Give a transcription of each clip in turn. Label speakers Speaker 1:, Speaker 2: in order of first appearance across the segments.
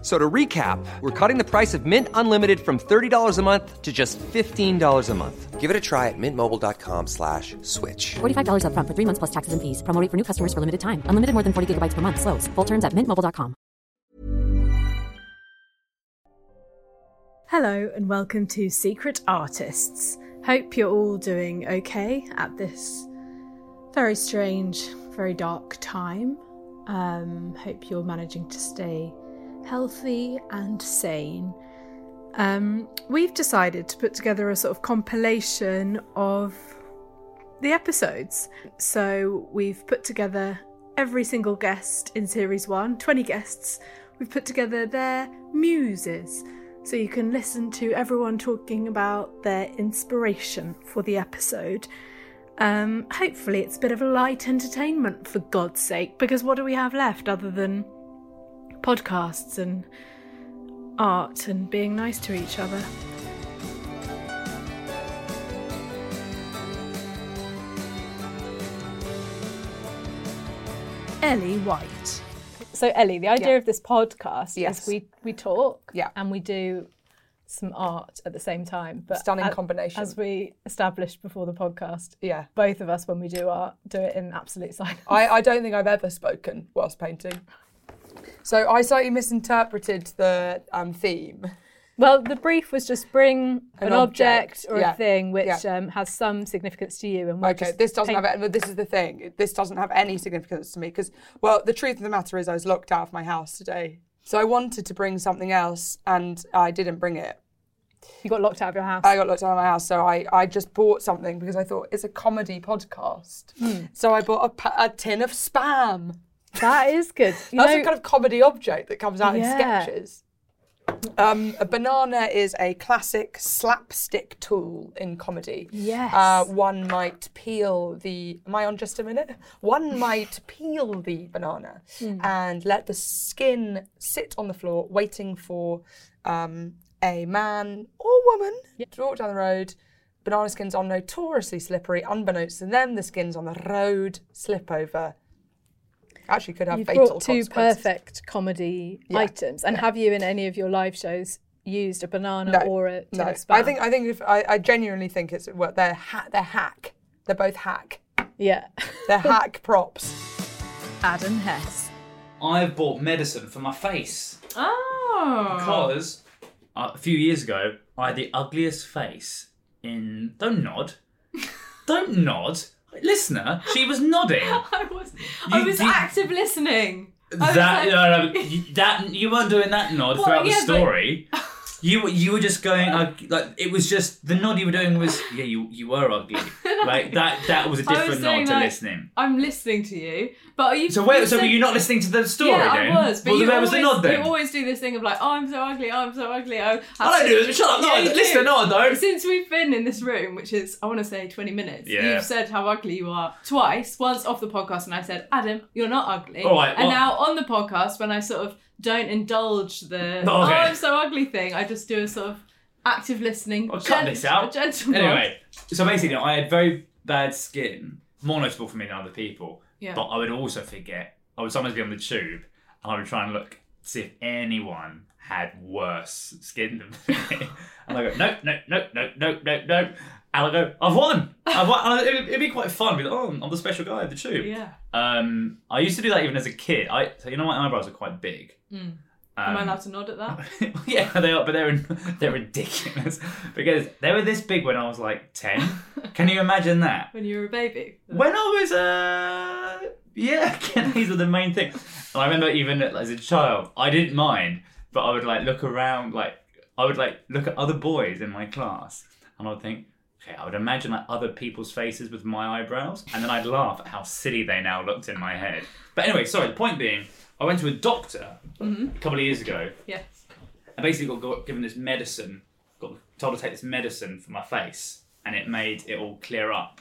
Speaker 1: So to recap, we're cutting the price of Mint Unlimited from $30 a month to just $15 a month. Give it a try at mintmobile.com slash switch.
Speaker 2: $45 upfront for three months plus taxes and fees. Promo rate for new customers for limited time. Unlimited more than 40 gigabytes per month. Slows. Full terms at mintmobile.com.
Speaker 3: Hello and welcome to Secret Artists. Hope you're all doing okay at this very strange, very dark time. Um, hope you're managing to stay healthy and sane. Um, we've decided to put together a sort of compilation of the episodes. So we've put together every single guest in series one, 20 guests. We've put together their muses. So you can listen to everyone talking about their inspiration for the episode. Um, hopefully, it's a bit of a light entertainment for God's sake, because what do we have left other than podcasts and art and being nice to each other? Ellie White.
Speaker 4: So Ellie, the idea of this podcast
Speaker 5: Yes.
Speaker 4: is we we talk
Speaker 5: Yeah.
Speaker 4: and we do some art at the same time. But
Speaker 5: Stunning
Speaker 4: a-
Speaker 5: combination.
Speaker 4: As we established before the podcast,
Speaker 5: Yeah.
Speaker 4: both of us when we do art do it in absolute silence.
Speaker 5: I, I don't think I've ever spoken whilst painting. So I slightly misinterpreted the um, theme.
Speaker 4: well, the brief was just bring an, object,
Speaker 5: object,
Speaker 4: or
Speaker 5: yeah,
Speaker 4: a thing which
Speaker 5: yeah.
Speaker 4: um, has some significance to you, and we'll
Speaker 5: Okay,
Speaker 4: just
Speaker 5: this doesn't
Speaker 4: paint-
Speaker 5: have it. This is the thing. This doesn't have any significance to me because, well, the truth of the matter is, I was locked out of my house today. So I wanted to bring something else, and I didn't bring it.
Speaker 4: You got locked out of your house.
Speaker 5: I got locked out of my house, so I, I just bought something because I thought it's a comedy podcast. So I bought a, pa- a tin of spam.
Speaker 4: that is good. You
Speaker 5: That's
Speaker 4: know-
Speaker 5: a kind of comedy object that comes out
Speaker 4: Yeah.
Speaker 5: in sketches. Um, a banana is a classic slapstick tool in comedy.
Speaker 4: Yes.
Speaker 5: Uh, one might peel the. Am I on just a minute? One might peel the banana
Speaker 4: Hmm.
Speaker 5: and let the skin sit on the floor, waiting for um, a man or woman to walk down the road. Banana skins are notoriously slippery. Unbeknownst to them, the skins on the road slip over. Actually, could have
Speaker 4: You've
Speaker 5: fatal
Speaker 4: brought two
Speaker 5: consequences.
Speaker 4: perfect comedy
Speaker 5: Yeah,
Speaker 4: items, and have you in any of your live shows used a banana or a tin
Speaker 5: no.
Speaker 4: of spam?
Speaker 5: I think I think if I, I genuinely think it's well, they're ha- they're hack. They're both hack.
Speaker 4: yeah.
Speaker 5: They're hack props.
Speaker 3: Adam Hess.
Speaker 6: I've bought medicine for my face.
Speaker 3: Ah.
Speaker 6: Oh. Because uh, a few years ago, I had the ugliest face in. Don't nod. Don't nod. Listener, she was nodding.
Speaker 7: I was, I
Speaker 6: You
Speaker 7: was
Speaker 6: did-
Speaker 7: active listening. I was
Speaker 6: that no,
Speaker 7: like-
Speaker 6: no, you- that you weren't doing that nod
Speaker 7: Well,
Speaker 6: throughout
Speaker 7: yeah,
Speaker 6: the
Speaker 7: but-
Speaker 6: story. You were- you were just going like, like it was just the nod you were doing was yeah you you were ugly like that that was a
Speaker 7: I was
Speaker 6: different nod
Speaker 7: saying,
Speaker 6: to
Speaker 7: like,
Speaker 6: listening.
Speaker 7: I'm listening to you, but are you?
Speaker 6: So wait, so
Speaker 7: said-
Speaker 6: were you not listening to the story?
Speaker 7: Yeah,
Speaker 6: then?
Speaker 7: I was. But
Speaker 6: well,
Speaker 7: you,
Speaker 6: where
Speaker 7: always,
Speaker 6: was the nod then?
Speaker 7: you always do this thing of like, oh, I'm so ugly, I'm so ugly. Oh,
Speaker 6: I don't do this. Shut up. No,
Speaker 7: Yeah, you
Speaker 6: listen,
Speaker 7: do.
Speaker 6: no, I don't.
Speaker 7: Since we've been in this room, which is I want to say 20 minutes,
Speaker 6: Yeah.
Speaker 7: you've said how ugly you are twice. Once off the podcast, and I said, Adam, you're not ugly.
Speaker 6: All right,
Speaker 7: and
Speaker 6: well-
Speaker 7: now on the podcast, when I sort of don't indulge the
Speaker 6: No,
Speaker 7: oh,
Speaker 6: okay.
Speaker 7: I'm so ugly thing, I just do a sort of active listening.
Speaker 6: I'll cut this out.
Speaker 7: Gentle nod.
Speaker 6: Anyway, so basically, I had very bad skin, more noticeable for me than other people.
Speaker 7: Yeah.
Speaker 6: But I would also forget. I would sometimes be on the tube, and I would try and look to see if anyone had worse skin than me. and I go, no, no, no, no, no, no, no. And I go, I've won. I've won. And it'd, it'd be quite fun. Be like, oh, I'm the special guy at the tube.
Speaker 7: Yeah.
Speaker 6: Um, I used to do that even as a kid. I, so you know, my eyebrows are quite big.
Speaker 7: Hmm. Am I
Speaker 6: Um,
Speaker 7: allowed to nod at that?
Speaker 6: yeah, they are, but they're they're ridiculous because they were this big when I was like ten. Can you imagine that?
Speaker 7: When you were a baby.
Speaker 6: When I was uh, yeah, again, these were the main thing. And I remember even as a child, I didn't mind, but I would like look around, like I would like look at other boys in my class, and I would think. Okay, I would imagine like other people's faces with my eyebrows, and then I'd laugh at how silly they now looked in my head. But anyway, sorry. The point being, I went to a doctor a couple of years ago.
Speaker 3: Yes.
Speaker 6: I basically got, got given this medicine, got told to take this medicine for my face, and it made it all clear up.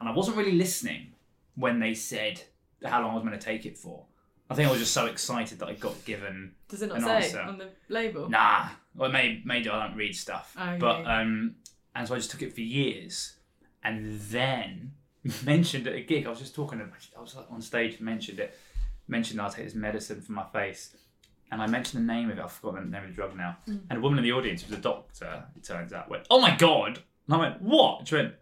Speaker 6: And I wasn't really listening when they said how long I was going to take it for. I think I was just so excited that I got given.
Speaker 3: Does it not
Speaker 6: an
Speaker 3: say
Speaker 6: answer.
Speaker 3: on the label?
Speaker 6: Nah, well, maybe maybe I don't read stuff,
Speaker 3: Oh,
Speaker 6: but
Speaker 3: yeah.
Speaker 6: um, and so I just took it for years, and then mentioned at a gig. I was just talking. About, I was like on stage, mentioned it, mentioned I'll take this medicine for my face, and I mentioned the name of it. I've forgotten the name of the drug now. And a woman in the audience, who was a doctor, it turns out, went, "Oh my god!" And I went, "What?" And she went,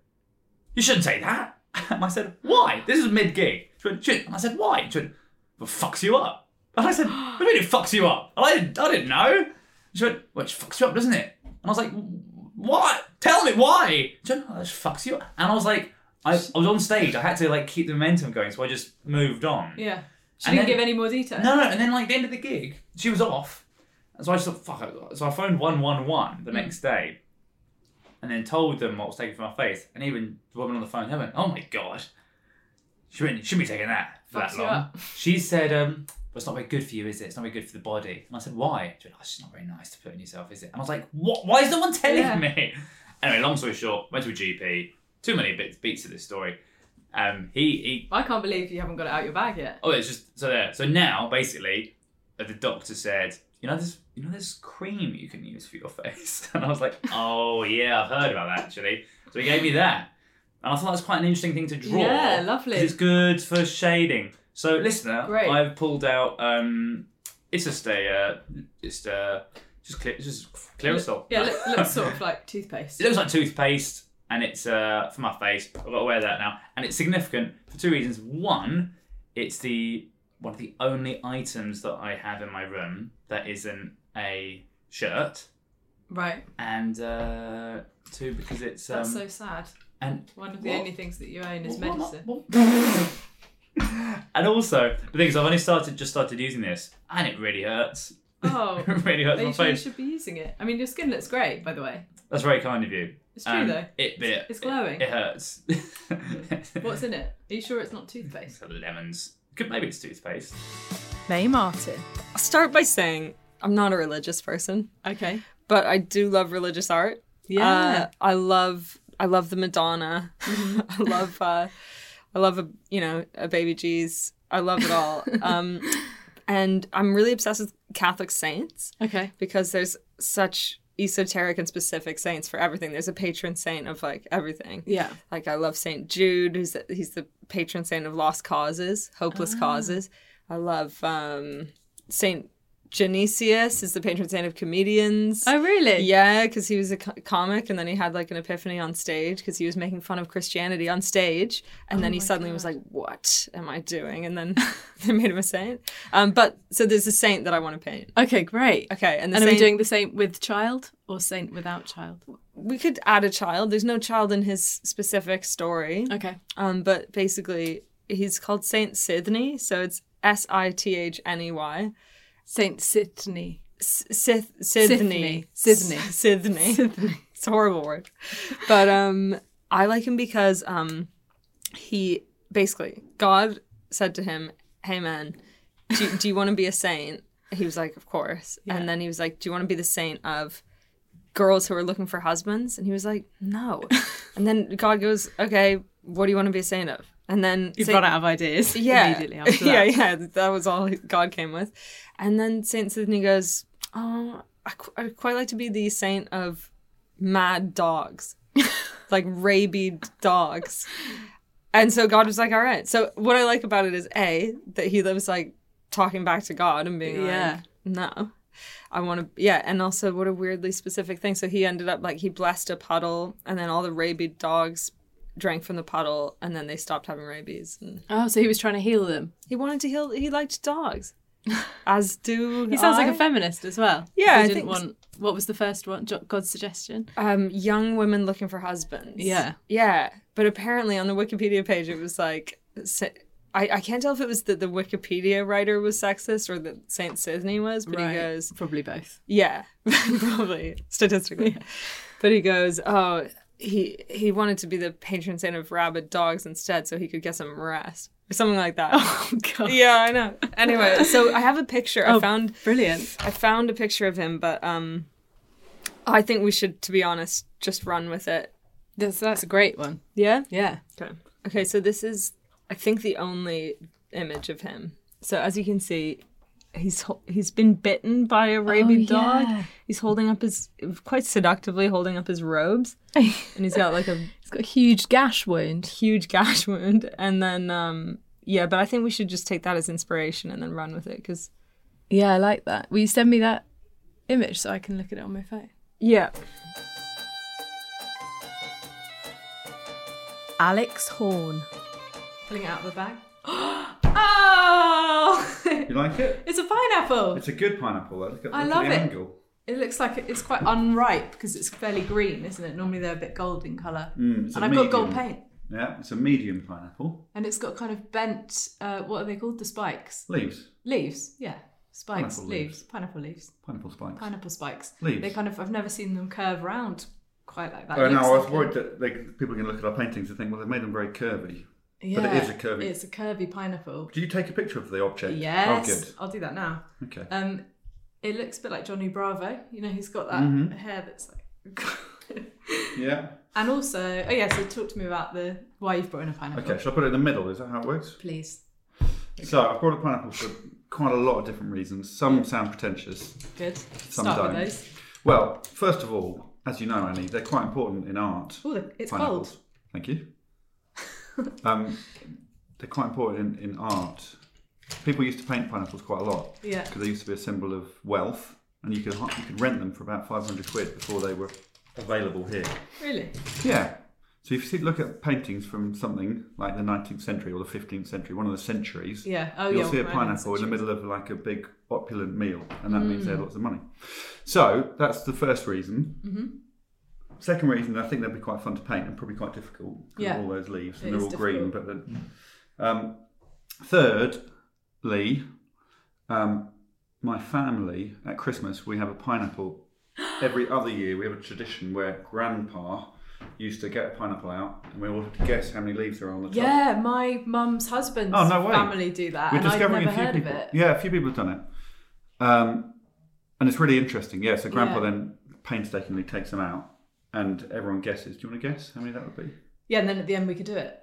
Speaker 6: "You shouldn't say that." And I said, "Why?" This is mid gig. She went, "Shouldn't." And I said, "Why?" And she went, "Well, fucks you up." And I said, "What do you mean it fucks you up?" And I didn't, I didn't know. She went, well, it fucks you up, doesn't it? And I was like, what? Tell me why. She went, oh, it fucks you up. And I was like, I, I was on stage. I had to like keep the momentum going, so I just moved on.
Speaker 3: Yeah. She
Speaker 6: And
Speaker 3: didn't
Speaker 6: then-
Speaker 3: give any more detail.
Speaker 6: No, no. And then like the end of the gig, she was off, and so I just thought, fuck. it. So I phoned one one one
Speaker 3: Hmm.
Speaker 6: the next day, and then told them what was taken from my face. And even the woman on the phone, they went, oh my god, she went, shouldn't be taking that for
Speaker 3: Fucks
Speaker 6: that
Speaker 3: you
Speaker 6: long.
Speaker 3: up.
Speaker 6: She said, um. Well, it's not very good for you, is it? It's not very good for the body. And I said, why? She went, oh, it's just not very nice to put on yourself, is it? And I was like, what? Why is no one telling
Speaker 3: Yeah.
Speaker 6: me? Anyway, long story short, went to a GP. Too many bits, beats to this story. Um, he he
Speaker 3: I can't believe you haven't got it out your bag yet.
Speaker 6: Oh, it's just so there. So now, basically, uh, the doctor said, "You know this, you know this cream you can use for your face," and I was like, "Oh yeah, I've heard about that actually." So he gave me that, and I thought that's quite an interesting thing to draw.
Speaker 3: Yeah, lovely.
Speaker 6: 'cause It's good for shading. So listener,
Speaker 3: Great.
Speaker 6: I've pulled out. um It's just a, uh, just uh, just clear, just clear as salt.
Speaker 3: Yeah, look, looks sort of like toothpaste.
Speaker 6: It looks like toothpaste, and it's uh, for my face. I've got to wear that now, and it's significant for two reasons. One, it's the one of the only items that I have in my room that isn't a shirt,
Speaker 3: Right.
Speaker 6: and uh, two because it's um,
Speaker 3: That's so sad.
Speaker 6: and
Speaker 3: One of the
Speaker 6: What?
Speaker 3: only things that you own is
Speaker 6: What-
Speaker 3: medicine.
Speaker 6: what- and also the thing is, I've only started just started using this, and it really hurts.
Speaker 3: Oh.
Speaker 6: it really hurts
Speaker 3: Are
Speaker 6: my
Speaker 3: you sure you
Speaker 6: face.
Speaker 3: should be using it? I mean, your skin looks great, by the way.
Speaker 6: That's very kind of you.
Speaker 3: It's true, though.
Speaker 6: It, it,
Speaker 3: it's glowing.
Speaker 6: It, hurts.
Speaker 3: What's in it? Are you sure it's not toothpaste?
Speaker 6: So lemons. Could maybe it's toothpaste.
Speaker 8: May Martin.
Speaker 9: I'll start by saying I'm not a religious person,
Speaker 3: Okay.
Speaker 9: but I do love religious art.
Speaker 3: Yeah. Mm-hmm.
Speaker 9: Uh, I love I love the Madonna. I love uh, I love a you know a baby G's. I love it all. um, and I'm really obsessed with Catholic saints
Speaker 3: okay.
Speaker 9: because there's such esoteric and specific saints for everything. There's a patron saint of like everything.
Speaker 3: Yeah.
Speaker 9: Like I love Saint Jude, who's the, he's the patron saint of lost causes, hopeless
Speaker 3: Ah.
Speaker 9: causes. I love um, Saint Genesius is the patron saint of comedians.
Speaker 3: Oh, really?
Speaker 9: Yeah, because he was a co- comic, and then he had like an epiphany on stage because he was making fun of Christianity on stage, and
Speaker 3: Oh
Speaker 9: then he suddenly was like, "What am I doing?" And then they made him a saint. Um, but so there's a saint that I want to paint.
Speaker 3: Okay, great.
Speaker 9: Okay, and the
Speaker 3: and are
Speaker 9: saint,
Speaker 3: we doing the saint with child or saint without child?
Speaker 9: we could add a child. There's no child in his specific story.
Speaker 3: Okay.
Speaker 9: Um, but basically, he's called Saint Sidney, so it's S I T H N E Y.
Speaker 3: Saint Sydney.
Speaker 9: Sith Sidney.
Speaker 3: Sidney.
Speaker 9: S- Sidney. It's a horrible word. But um I like him because um he basically God said to him, Hey man, do, do you want to be a saint? He was like, Of course. And then he was like, Do you want to be the saint of girls who are looking for husbands? And he was like, No. and then God goes, Okay, what do you want to be a saint of? And then
Speaker 3: You've
Speaker 9: Saint-
Speaker 3: run out of ideas
Speaker 9: yeah.
Speaker 3: immediately after
Speaker 9: Yeah,
Speaker 3: that.
Speaker 9: yeah, that was all God came with. And then Saint Sidney goes, "Oh, I, qu- I quite like to be the saint of mad dogs, like rabid dogs." And so God was like, "All right." So what I like about it is a that he lives like talking back to God and being
Speaker 3: Yeah.
Speaker 9: like, "No." I want to, yeah, and also what a weirdly specific thing. So he ended up like he blessed a puddle, and then all the rabid dogs drank from the puddle, and then they stopped having rabies. And
Speaker 3: Oh, so he was trying to heal them.
Speaker 9: he wanted to heal. He liked dogs, as do
Speaker 3: He sounds like
Speaker 9: I.
Speaker 3: a feminist as well.
Speaker 9: Yeah,
Speaker 3: He
Speaker 9: I
Speaker 3: didn't
Speaker 9: think so.
Speaker 3: want. What was the first one? Jo- God's suggestion.
Speaker 9: um, young women looking for husbands.
Speaker 3: Yeah.
Speaker 9: yeah. But apparently, on the Wikipedia page, it was like sa- I, I can't tell if it was that the Wikipedia writer was sexist or that Saint Sidney was. But he goes,
Speaker 3: Probably both.
Speaker 9: yeah, probably statistically. But he goes, oh, he he wanted to be the patron saint of rabid dogs instead, so he could get some rest. or something like that.
Speaker 10: Oh god.
Speaker 9: Yeah, I know. Anyway, so I have a picture. I found
Speaker 10: Oh, Brilliant.
Speaker 9: I found a picture of him, but um, I think we should, to be honest, just run with it.
Speaker 10: That's, that's a great one.
Speaker 9: Yeah.
Speaker 10: Yeah.
Speaker 9: Okay. Okay. So this is, I think, the only image of him. So as you can see, he's ho- he's been bitten by a rabid dog.
Speaker 10: Oh, yeah.
Speaker 9: He's holding up his quite seductively holding up his robes, and he's got like a
Speaker 10: He's got a huge gash wound.
Speaker 9: huge gash wound. And then um, yeah, but I think we should just take that as inspiration and then run with it because
Speaker 10: Yeah, I like that. Will you send me that image so I can look at it on my phone?
Speaker 9: yeah,
Speaker 8: Alex Horn.
Speaker 3: Pulling it out of the bag. oh!
Speaker 11: You like it?
Speaker 3: it's a pineapple.
Speaker 11: It's a good pineapple. Though. Look at,
Speaker 3: I
Speaker 11: look
Speaker 3: love
Speaker 11: at the
Speaker 3: it.
Speaker 11: angle.
Speaker 3: It looks like it- it's quite unripe because it's fairly green, isn't it? Normally they're a bit gold in colour.
Speaker 11: Hmm, it's
Speaker 3: and
Speaker 11: a
Speaker 3: I've got gold
Speaker 11: medium.
Speaker 3: paint.
Speaker 11: Yeah, it's a medium pineapple.
Speaker 3: And it's got kind of bent, uh, what are they called? The spikes.
Speaker 11: Leaves.
Speaker 3: Leaves, yeah. Spikes,
Speaker 11: Pineapple
Speaker 3: leaves.
Speaker 11: leaves.
Speaker 3: pineapple leaves,
Speaker 11: Pineapple spikes.
Speaker 3: pineapple spikes.
Speaker 11: Leaves.
Speaker 3: They kind of, I've never seen them curve round quite like that.
Speaker 11: Oh
Speaker 3: It
Speaker 11: no,
Speaker 3: looks
Speaker 11: I was
Speaker 3: like a-
Speaker 11: worried that they, people are going to look at our paintings and think, well, they've made them very curvy.
Speaker 3: yeah,
Speaker 11: it is a curvy-
Speaker 3: It's a curvy pineapple.
Speaker 11: Do you take a picture of the object?
Speaker 3: Yes,
Speaker 11: Oh,
Speaker 3: I'll do that now.
Speaker 11: good. Okay.
Speaker 3: Um, it looks a bit like Johnny Bravo. You know, he's got that
Speaker 11: Mm-hmm.
Speaker 3: hair that's like.
Speaker 11: yeah.
Speaker 3: and also, oh yeah. So talk to me about the why you've brought in a pineapple,
Speaker 11: Okay, shall I put it in the middle? Is that how it works?
Speaker 3: please.
Speaker 11: So I've brought a pineapple for quite a lot of different reasons. Some sound pretentious.
Speaker 3: Good.
Speaker 11: Some
Speaker 3: Start
Speaker 11: don't.
Speaker 3: with those.
Speaker 11: Well, first of all, as you know, Annie, they're quite important in art.
Speaker 3: Oh, the- it's
Speaker 11: Pineapples.
Speaker 3: cold.
Speaker 11: Thank you. um, they're quite important in, in art. People used to paint pineapples quite a lot.
Speaker 3: Yeah.
Speaker 11: Because they used to be a symbol of wealth, and you could hi- you could rent them for about five hundred quid before they were available here.
Speaker 3: Really?
Speaker 11: Yeah. So if you see, look at paintings from something like the 19th century or the 15th century, one of the centuries,
Speaker 3: Yeah. Oh
Speaker 11: you'll
Speaker 3: yeah.
Speaker 11: see a
Speaker 3: right,
Speaker 11: pineapple in the middle of like a big opulent meal, and that means they
Speaker 3: Mm.
Speaker 11: had lots of money. So that's the first reason.
Speaker 3: Mm-hmm.
Speaker 11: Second reason, I think they'd be quite fun to paint and probably quite difficult. 'cause of
Speaker 3: Yeah.
Speaker 11: All those leaves and
Speaker 3: It
Speaker 11: they're
Speaker 3: is
Speaker 11: all green, but then. Um, thirdly, um, my family at Christmas we have a pineapple. Every other year we have a tradition where Grandpa used to get a pineapple out and we all had to guess how many leaves there are on the top.
Speaker 3: Yeah, my mum's husband's
Speaker 11: Oh, no way.
Speaker 3: family do that,
Speaker 11: We're
Speaker 3: and I've
Speaker 11: discovering
Speaker 3: never
Speaker 11: a few
Speaker 3: heard
Speaker 11: people.
Speaker 3: of it.
Speaker 11: Yeah, a few people have done it. Um, and it's really interesting. Yeah, so Grandpa
Speaker 3: Yeah.
Speaker 11: then painstakingly takes them out and everyone guesses. Do you want to guess how many that would be?
Speaker 3: Yeah, and then at the end we could do it.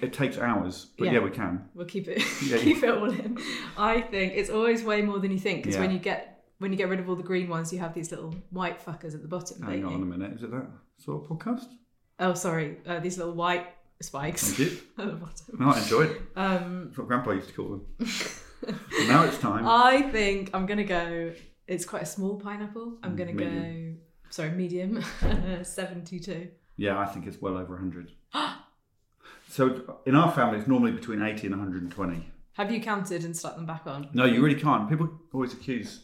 Speaker 11: It takes hours, but yeah,
Speaker 3: Yeah.
Speaker 11: we can.
Speaker 3: We'll keep it
Speaker 11: Yeah.
Speaker 3: keep it all in. I think it's always way more than you think because
Speaker 11: Yeah.
Speaker 3: when you get when you get rid of all the green ones, you have these little white fuckers at the bottom.
Speaker 11: Hang
Speaker 3: don't
Speaker 11: on
Speaker 3: you?
Speaker 11: a minute. Is it that sort of podcast?
Speaker 3: Oh, sorry, uh, these little white spikes
Speaker 11: Thank you.
Speaker 3: at the bottom.
Speaker 11: No, I enjoyed it.
Speaker 3: Um, Uh,
Speaker 11: That's what Grandpa used to call them. Well, now it's time.
Speaker 3: I think I'm gonna go. It's quite a small pineapple. I'm gonna
Speaker 11: Medium.
Speaker 3: go. Sorry, medium, seventy-two.
Speaker 11: Yeah, I think it's well over 100. so in our family, it's normally between 80 and 120.
Speaker 3: Have you counted and stuck them back on?
Speaker 11: No, you really can't. People always accuse.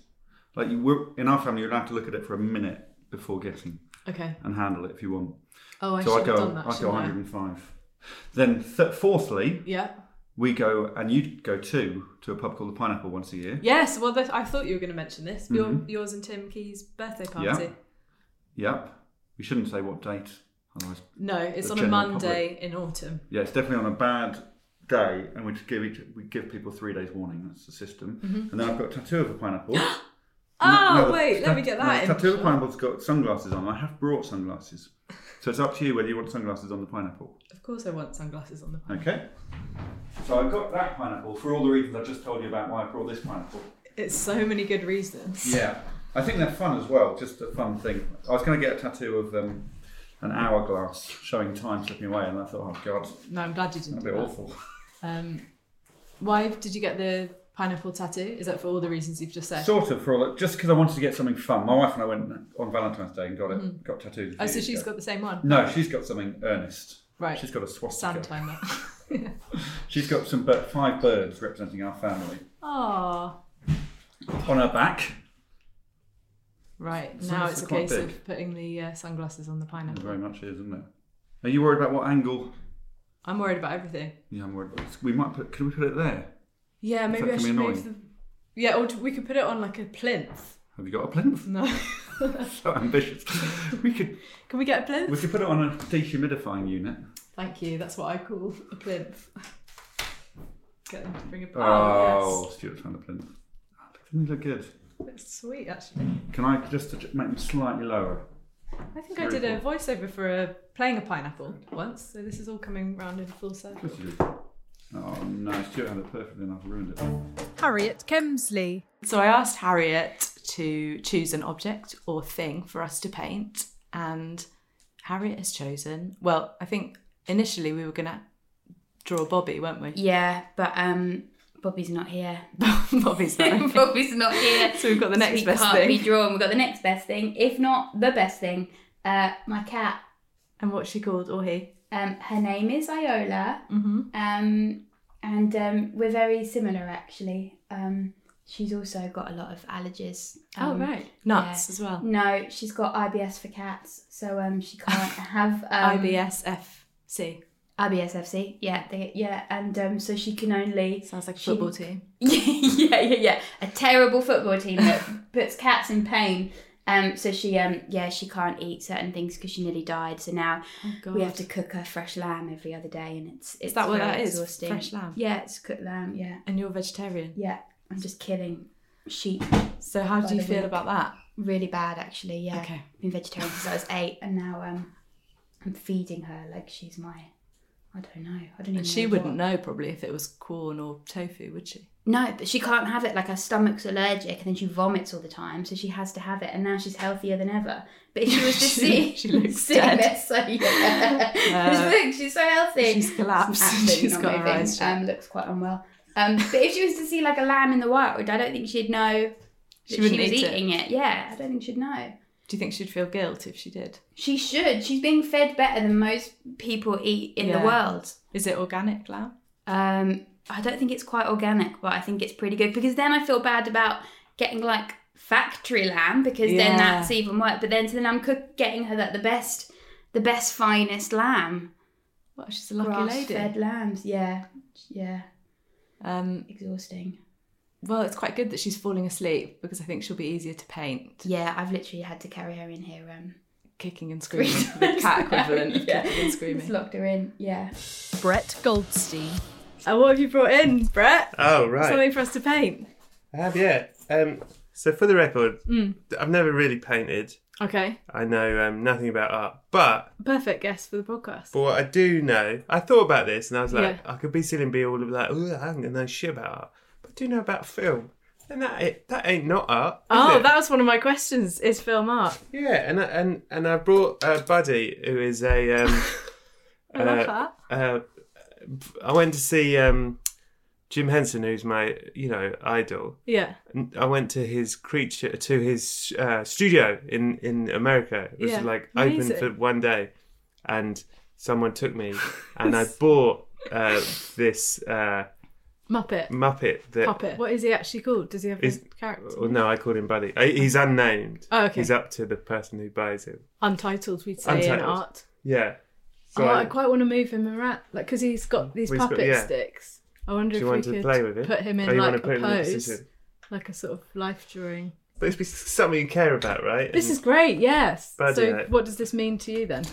Speaker 11: Like you were in our family, you're allowed to look at it for a minute before guessing
Speaker 3: Okay.
Speaker 11: and handle it if you want.
Speaker 3: Oh, I
Speaker 11: so
Speaker 3: should
Speaker 11: I go,
Speaker 3: have done that.
Speaker 11: I go
Speaker 3: shouldn't I?
Speaker 11: 105. Then th- fourthly,
Speaker 3: Yeah.
Speaker 11: we go and you go too to a pub called the Pineapple once a year.
Speaker 3: Yes. Well, th- I thought you were going to mention this. Your, yours and Tim Key's birthday party.
Speaker 11: Mm-hmm. Yeah. Yep. We shouldn't say what date, otherwise.
Speaker 3: No, it's
Speaker 11: The
Speaker 3: on a
Speaker 11: general
Speaker 3: Monday in autumn.
Speaker 11: Yeah, it's definitely on a bad day, and we just give each, we give people three days warning. That's the system. And then I've got a tattoo of a pineapple.
Speaker 3: Mm-hmm. Oh,
Speaker 11: the
Speaker 3: wait, let
Speaker 11: tat-
Speaker 3: me get
Speaker 11: no,
Speaker 3: that
Speaker 11: the
Speaker 3: in.
Speaker 11: tattoo of a pineapple's got sunglasses on. I have brought sunglasses, so it's up to you whether you want sunglasses on the pineapple.
Speaker 3: Of course, I want sunglasses on the.
Speaker 11: Okay. So I've got that pineapple for all the reasons I just told you about why I brought this pineapple.
Speaker 3: It's so many good reasons.
Speaker 11: Yeah, I think they're fun as well. Just a fun thing. I was going to get a tattoo of um, an hourglass showing time slipping away, and I thought, oh god,
Speaker 3: No, I'm glad you didn't.
Speaker 11: that'd
Speaker 3: do
Speaker 11: be
Speaker 3: that.
Speaker 11: awful.
Speaker 3: Um, why did you get the pineapple tattoo? Is that for all the reasons you've just said?
Speaker 11: Sort of for all that, just because I wanted to get something fun. My wife and I went on Valentine's Day and got it, got tattoos.
Speaker 3: oh, so
Speaker 11: she's
Speaker 3: she's got the same one.
Speaker 11: No, she's got something earnest.
Speaker 3: Right.
Speaker 11: She's got a
Speaker 3: Sand
Speaker 11: swastika.
Speaker 3: timer.
Speaker 11: She's got some bir- five birds representing our family
Speaker 3: Ah.
Speaker 11: on her back.
Speaker 3: Right.
Speaker 11: So
Speaker 3: now
Speaker 11: it's
Speaker 3: it's a
Speaker 11: quite
Speaker 3: case
Speaker 11: big.
Speaker 3: of putting the uh, sunglasses on the
Speaker 11: It
Speaker 3: pineapple.
Speaker 11: very much is, isn't it? Are you worried about what angle?
Speaker 3: I'm worried about everything.
Speaker 11: Yeah, I'm worried. About this. We might put. Can we put it there?
Speaker 3: Yeah, maybe
Speaker 11: that
Speaker 3: I
Speaker 11: can be
Speaker 3: should move the.
Speaker 11: annoying?
Speaker 3: Yeah, or we could put it on like a plinth.
Speaker 11: Have you got a plinth?
Speaker 3: No.
Speaker 11: so ambitious. we could
Speaker 3: Can we get a
Speaker 11: we
Speaker 3: plinth?
Speaker 11: could put it on a dehumidifying unit.
Speaker 3: Thank you. That's what I call a plinth. Get them to bring a
Speaker 11: Oh, Stuart's found a plinth. Oh, Doesn't he look good?
Speaker 3: yes. That's sweet, actually.
Speaker 11: Can I just adj- make them slightly lower?
Speaker 3: I think I did a voiceover for a, playing a pineapple once, so this is all coming round in full circle.
Speaker 11: Yes, you do. Oh no, Stuart had it perfect, then I've ruined it.
Speaker 8: Harriet Kemsley.
Speaker 12: So I asked Harriet to choose an object or thing for us to paint, and Harriet has chosen. Well, I think initially we were gonna draw Bobby, weren't we?
Speaker 13: Yeah, but um, Bobby's not here.
Speaker 12: Bobby's not.
Speaker 13: Bobby's not here.
Speaker 12: So we've got the next
Speaker 13: we
Speaker 12: best
Speaker 13: can't
Speaker 12: thing.
Speaker 13: Be drawn. We've got the next best thing, if not the best thing. Uh, my cat.
Speaker 12: And what's she called or he?
Speaker 13: Um, her name is Iola.
Speaker 12: Mhm.
Speaker 13: Um, and um, we're very similar actually. Um, she's also got a lot of allergies.
Speaker 12: Oh,
Speaker 13: Um,
Speaker 12: right. Nuts as well.
Speaker 13: No, she's got IBS for cats, so um, she can't have um,
Speaker 12: IBSFC.
Speaker 13: IBSFC, yeah, they, yeah, and um, so she can only sounds like
Speaker 12: a football team.
Speaker 13: yeah, yeah, yeah, yeah, a terrible football team that puts cats in pain. Um, so she, um, yeah, she can't eat certain things because she nearly died. So now
Speaker 12: Oh,
Speaker 13: we have
Speaker 12: God.
Speaker 13: to cook her fresh lamb every other day, and it's it's
Speaker 12: Is that what
Speaker 13: very
Speaker 12: that is?
Speaker 13: Exhausting.
Speaker 12: Fresh lamb?
Speaker 13: yeah, it's cooked lamb, yeah.
Speaker 12: And you're vegetarian?
Speaker 13: Yeah, I'm just killing sheep.
Speaker 12: So how
Speaker 13: by
Speaker 12: do you
Speaker 13: the
Speaker 12: feel
Speaker 13: week.
Speaker 12: about that?
Speaker 13: Really bad, actually. Yeah,
Speaker 12: Okay.
Speaker 13: been vegetarian since I was eight, and now um, I'm feeding her like she's my. I don't know. I don't even.
Speaker 12: And she
Speaker 13: know
Speaker 12: wouldn't
Speaker 13: what.
Speaker 12: know probably if it was corn or tofu, would she?
Speaker 13: No, but she can't have it. Like her stomach's allergic, and then she vomits all the time, so she has to have it. And now she's healthier than ever. But if she was just
Speaker 12: She-
Speaker 13: seeing,
Speaker 12: she looks
Speaker 13: seeing
Speaker 12: dead.
Speaker 13: this, so yeah.
Speaker 12: Uh,
Speaker 13: Look, she's so healthy.
Speaker 12: she's collapsed.
Speaker 13: Absolutely
Speaker 12: She's
Speaker 13: not
Speaker 12: got her
Speaker 13: moving.
Speaker 12: eyes shut.
Speaker 13: Um, looks quite unwell. Um, but if she was to see like a lamb in the wild, I don't think she'd know that
Speaker 12: She
Speaker 13: she,
Speaker 12: wouldn't
Speaker 13: was
Speaker 12: eat it.
Speaker 13: eating it. Yeah, I don't think she'd know.
Speaker 12: Do you think she'd feel guilt if she did?
Speaker 13: She should. She's being fed better than most people eat in
Speaker 12: Yeah.
Speaker 13: the world.
Speaker 12: Is it organic lamb?
Speaker 13: Um, I don't think it's quite organic, but I think it's pretty good because then I feel bad about getting like factory lamb because
Speaker 12: Yeah.
Speaker 13: then that's even worse. But then so then I'm cook- getting her that the best, the best finest lamb.
Speaker 12: Well, she's a lucky lady.
Speaker 13: Fed lambs, yeah, yeah.
Speaker 12: Um,
Speaker 13: Exhausting.
Speaker 12: Well, it's quite good that she's falling asleep because I think she'll be easier to paint.
Speaker 13: Yeah, I've literally had to carry her in here. Um,
Speaker 12: Kicking and
Speaker 13: three
Speaker 12: screaming. the
Speaker 13: times
Speaker 12: cat
Speaker 13: now,
Speaker 12: equivalent of
Speaker 13: yeah.
Speaker 12: kicking and
Speaker 13: Just
Speaker 12: screaming.
Speaker 13: locked her in. Yeah.
Speaker 3: Brett Goldstein.
Speaker 12: Oh,
Speaker 3: And what have you brought in, Brett?
Speaker 14: Oh, right.
Speaker 3: Something for us to paint.
Speaker 14: I have, yeah. Um, so for the record,
Speaker 3: Mm.
Speaker 14: I've never really painted.
Speaker 3: Okay.
Speaker 14: I know um, nothing about art, but
Speaker 3: Perfect guess for the podcast.
Speaker 14: for what I do know, I thought about this and I was like,
Speaker 3: Yeah.
Speaker 14: I could be silly and be all like, oh, I don't know shit about art, but I do know about film, and that it, that ain't not art. is
Speaker 3: Oh,
Speaker 14: it?
Speaker 3: that was one of my questions. Is film art?
Speaker 14: Yeah, and I- and and I brought a buddy who is a. Um,
Speaker 3: I love that.
Speaker 14: Uh, I went to see um, Jim Henson, who's my you know idol.
Speaker 3: Yeah.
Speaker 14: And I went to his creature to his uh, studio in in America. It was
Speaker 3: Yeah,
Speaker 14: like
Speaker 3: amazing.
Speaker 14: open for one day, and someone took me, and I bought uh, this uh,
Speaker 3: Muppet.
Speaker 14: Muppet that
Speaker 3: Puppet. What is he actually called? Does he have
Speaker 14: Is-
Speaker 3: a character?
Speaker 14: Well, no, I called him Buddy. I- He's unnamed.
Speaker 3: Oh, okay.
Speaker 14: He's up to the person who buys him.
Speaker 3: Untitled, we'd say in
Speaker 14: Untitled.
Speaker 3: art.
Speaker 14: Yeah.
Speaker 3: oh,
Speaker 14: I- Mm.
Speaker 3: I quite want to move him around, like because he's got these
Speaker 14: Well, he's got-
Speaker 3: puppet
Speaker 14: yeah.
Speaker 3: sticks. I wonder
Speaker 14: Do you
Speaker 3: if
Speaker 14: want
Speaker 3: we
Speaker 14: to
Speaker 3: could
Speaker 14: play with it?
Speaker 3: put him in
Speaker 14: Oh, you
Speaker 3: like
Speaker 14: wanna
Speaker 3: a
Speaker 14: put him in a
Speaker 3: pose,
Speaker 14: position.
Speaker 3: like a sort of life drawing.
Speaker 14: But it's something you care about, right?
Speaker 3: This
Speaker 14: And-
Speaker 3: is great. Yes.
Speaker 14: Bad
Speaker 3: so,
Speaker 14: idea.
Speaker 3: what does this mean to you then?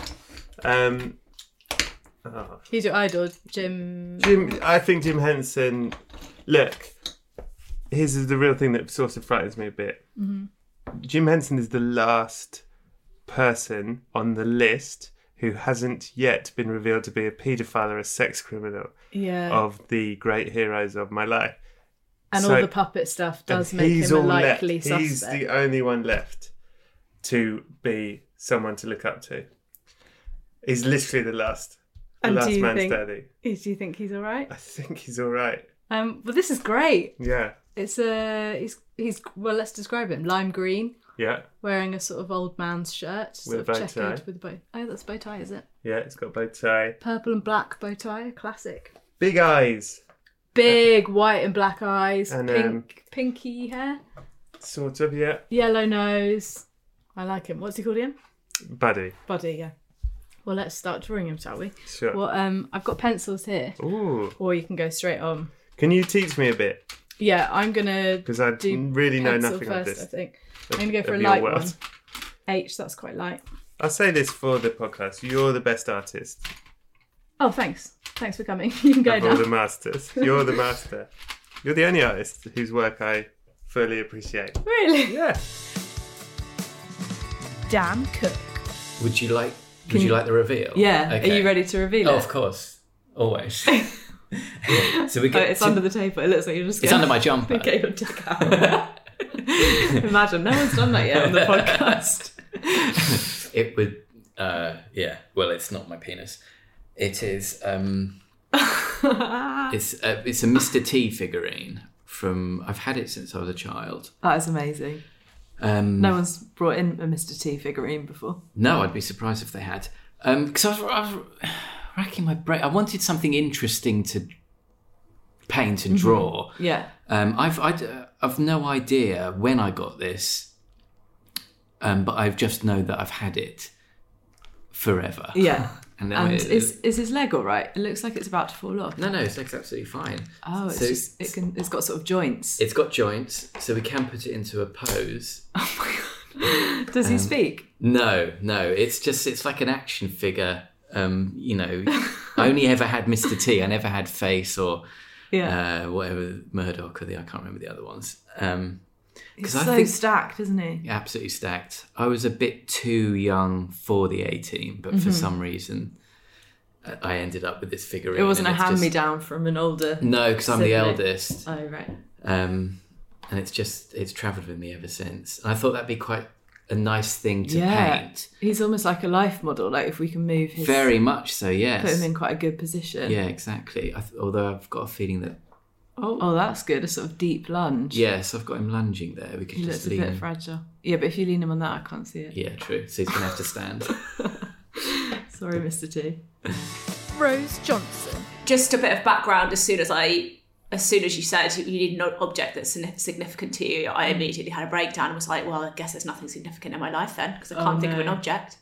Speaker 14: Um, oh.
Speaker 3: He's your idol, Jim.
Speaker 14: Jim, I think Jim Henson. Look, here's the real thing that sort of frightens me a bit.
Speaker 3: Mhm.
Speaker 14: Jim Henson is the last person on the list who hasn't yet been revealed to be a paedophile or a sex criminal
Speaker 3: Yeah.
Speaker 14: of the great heroes of my life.
Speaker 3: And
Speaker 14: So-
Speaker 3: all the puppet stuff does
Speaker 14: and
Speaker 3: make
Speaker 14: he's
Speaker 3: him a
Speaker 14: all left-
Speaker 3: likely suspect.
Speaker 14: He's the only one left to be someone to look up to. He's literally the last, the
Speaker 3: and
Speaker 14: last
Speaker 3: do you
Speaker 14: man
Speaker 3: think?
Speaker 14: standing.
Speaker 3: is- Do you think he's all right?
Speaker 14: I think he's all right.
Speaker 3: Um. Well, this is great.
Speaker 14: Yeah,
Speaker 3: It's a. He's. He's. Well, let's describe him. Lime green,
Speaker 14: yeah,
Speaker 3: wearing a sort of old man's shirt, sort
Speaker 14: With
Speaker 3: of
Speaker 14: a bow
Speaker 3: checkered
Speaker 14: tie.
Speaker 3: with a bow. Oh, that's a bow tie, is it?
Speaker 14: yeah. It's got a bow tie,
Speaker 3: Purple and black bow tie, classic.
Speaker 14: big eyes,
Speaker 3: Big white and black eyes,
Speaker 14: and
Speaker 3: pink,
Speaker 14: um,
Speaker 3: pinky hair,
Speaker 14: sort of yeah,
Speaker 3: yellow nose. I like him. What's he called again?
Speaker 14: buddy.
Speaker 3: Buddy, yeah. Well, let's start drawing him, shall we?
Speaker 14: Sure.
Speaker 3: Well, um, I've got pencils here,
Speaker 14: Ooh,
Speaker 3: or you can go straight on.
Speaker 14: can you teach me a bit?
Speaker 3: Yeah, I'm gonna
Speaker 14: Because I
Speaker 3: do
Speaker 14: really know
Speaker 3: pencil
Speaker 14: nothing of
Speaker 3: first.
Speaker 14: this.
Speaker 3: I think
Speaker 14: of-
Speaker 3: I'm gonna go for a
Speaker 14: of your
Speaker 3: light
Speaker 14: world.
Speaker 3: one. H, that's quite light.
Speaker 14: I'll say this for the podcast. You're the best artist
Speaker 15: Oh, thanks. Thanks for coming. You can go
Speaker 14: of all the
Speaker 15: now.
Speaker 14: masters. You're the master. You're the only artist whose work I fully appreciate.
Speaker 15: Really?
Speaker 14: Yeah.
Speaker 16: Dan Cook.
Speaker 7: Would you like? Would
Speaker 3: Can
Speaker 7: you,
Speaker 3: you-
Speaker 7: like the reveal?
Speaker 3: Yeah. Are
Speaker 7: Okay.
Speaker 3: you ready to reveal
Speaker 7: Oh,
Speaker 3: it?
Speaker 7: of course, always. so we
Speaker 3: Oh,
Speaker 7: get.
Speaker 3: it's
Speaker 7: to-
Speaker 3: under the table. It looks like you're just.
Speaker 7: It's
Speaker 3: gonna-
Speaker 7: under my jumper.
Speaker 3: Get your dick out. Imagine no one's done that yet on the podcast.
Speaker 7: It would. Uh, yeah. Well, it's not my penis. It is. Um, it's a, it's a Mr. T figurine from. I've had it since I was a child.
Speaker 3: That is amazing.
Speaker 7: Um,
Speaker 3: No one's brought in a Mr. T figurine before.
Speaker 7: No, I'd be surprised if they had. Because I, was, I was racking my brain. I wanted something interesting to paint and
Speaker 3: Mhm.
Speaker 7: draw.
Speaker 3: Yeah.
Speaker 7: Um, I've I'd, uh, I've no idea when I got this, um, but I've just know that I've had it forever.
Speaker 3: Yeah.
Speaker 7: and now
Speaker 3: And
Speaker 7: it-
Speaker 3: is is his leg all right? It looks like it's about to fall off.
Speaker 7: no, no, it's like absolutely fine.
Speaker 3: Oh, it's
Speaker 7: So-
Speaker 3: just it can. It's got sort of joints.
Speaker 7: It's got joints, so we can put it into a pose.
Speaker 3: Does he
Speaker 7: Um,
Speaker 3: speak?
Speaker 7: No, no. It's just it's like an action figure. Um, you know, I only ever had Mr. T. I never had Face or
Speaker 3: Yeah.
Speaker 7: uh, whatever Murdoch or the I can't remember the other ones. Um,
Speaker 3: He's
Speaker 7: 'cause
Speaker 3: so
Speaker 7: I think
Speaker 3: stacked, isn't he?
Speaker 7: absolutely stacked. I was a bit too young for the A team, but for
Speaker 3: Mhm.
Speaker 7: some reason, uh, I ended up with this figurine.
Speaker 3: It wasn't a
Speaker 7: and it's
Speaker 3: hand
Speaker 7: just-
Speaker 3: me down from an older.
Speaker 7: No, because I'm the
Speaker 3: sibling.
Speaker 7: eldest.
Speaker 3: Oh right.
Speaker 7: Um, and it's just it's travelled with me ever since. And I thought that'd be quite a nice thing to
Speaker 3: yeah.
Speaker 7: paint.
Speaker 3: He's almost like a life model. Like if we can move his
Speaker 7: Very much so, yes.
Speaker 3: Put him in quite a good position.
Speaker 7: Yeah, exactly. I th- although I've got a feeling that
Speaker 3: Oh, that's good. A sort of deep lunge.
Speaker 7: yes, I've got him lunging there. We could
Speaker 3: He
Speaker 7: just
Speaker 3: looks a
Speaker 7: lean.
Speaker 3: bit fragile. Yeah, but if you lean him on that, I can't see it.
Speaker 7: yeah, true. So he's gonna have to stand.
Speaker 3: Sorry, Mr. T.
Speaker 17: Rose Johnson. Just a bit of background. As soon as I, as soon as you said you need an object that's signif- significant to you,
Speaker 3: Mm.
Speaker 17: I immediately had a breakdown. and Was like, well, I guess there's nothing significant in my life then because I
Speaker 3: Oh,
Speaker 17: can't think of an
Speaker 3: no.
Speaker 17: object.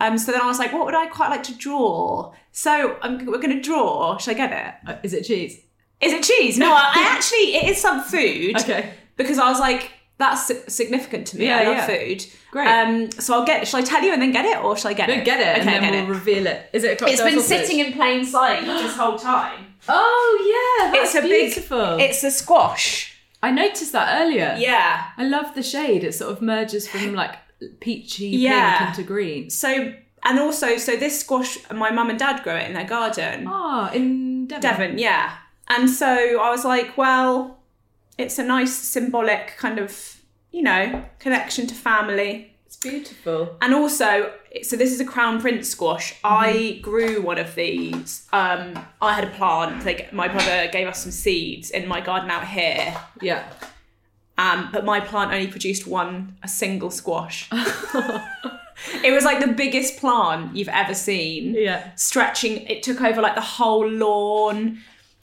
Speaker 17: Um, so then I was like, what would I quite like to draw? So I'm, we're going to draw. Should I get it?
Speaker 3: Uh, is it cheese?
Speaker 17: Is it cheese? No, I, I actually it is some food. Okay. Because I was like, that's si- significant to me.
Speaker 3: Yeah,
Speaker 17: I love
Speaker 3: yeah.
Speaker 17: food. Great. Um, so I'll get. Shall I tell you and then get it, or shall I get
Speaker 3: No,
Speaker 17: it?
Speaker 3: get it,
Speaker 17: Okay,
Speaker 3: and then
Speaker 17: get
Speaker 3: we'll reveal it. Is it? A
Speaker 17: It's been
Speaker 3: cocktail sausage?
Speaker 17: sitting in plain sight this whole time.
Speaker 3: Oh yeah, that's
Speaker 17: It's a big-
Speaker 3: beautiful.
Speaker 17: it's a squash.
Speaker 3: I noticed that earlier.
Speaker 17: Yeah.
Speaker 3: I love the shade. It sort of merges from like peachy
Speaker 17: Yeah.
Speaker 3: pink into green.
Speaker 17: So and also so this squash, my mum and dad grow it in their garden.
Speaker 3: Ah, in Devon.
Speaker 17: Devon, yeah. And so I was like, well, it's a nice symbolic kind of you know connection to family.
Speaker 3: It's beautiful.
Speaker 17: And also, so this is a crown prince squash.
Speaker 3: Mm-hmm.
Speaker 17: I grew one of these. Um, I had a plant. They, my brother gave us some seeds in my garden out here.
Speaker 3: Yeah.
Speaker 17: Um, but my plant only produced one, a single squash. it was like the biggest plant you've ever seen.
Speaker 3: Yeah.
Speaker 17: Stretching, it took over like the whole lawn,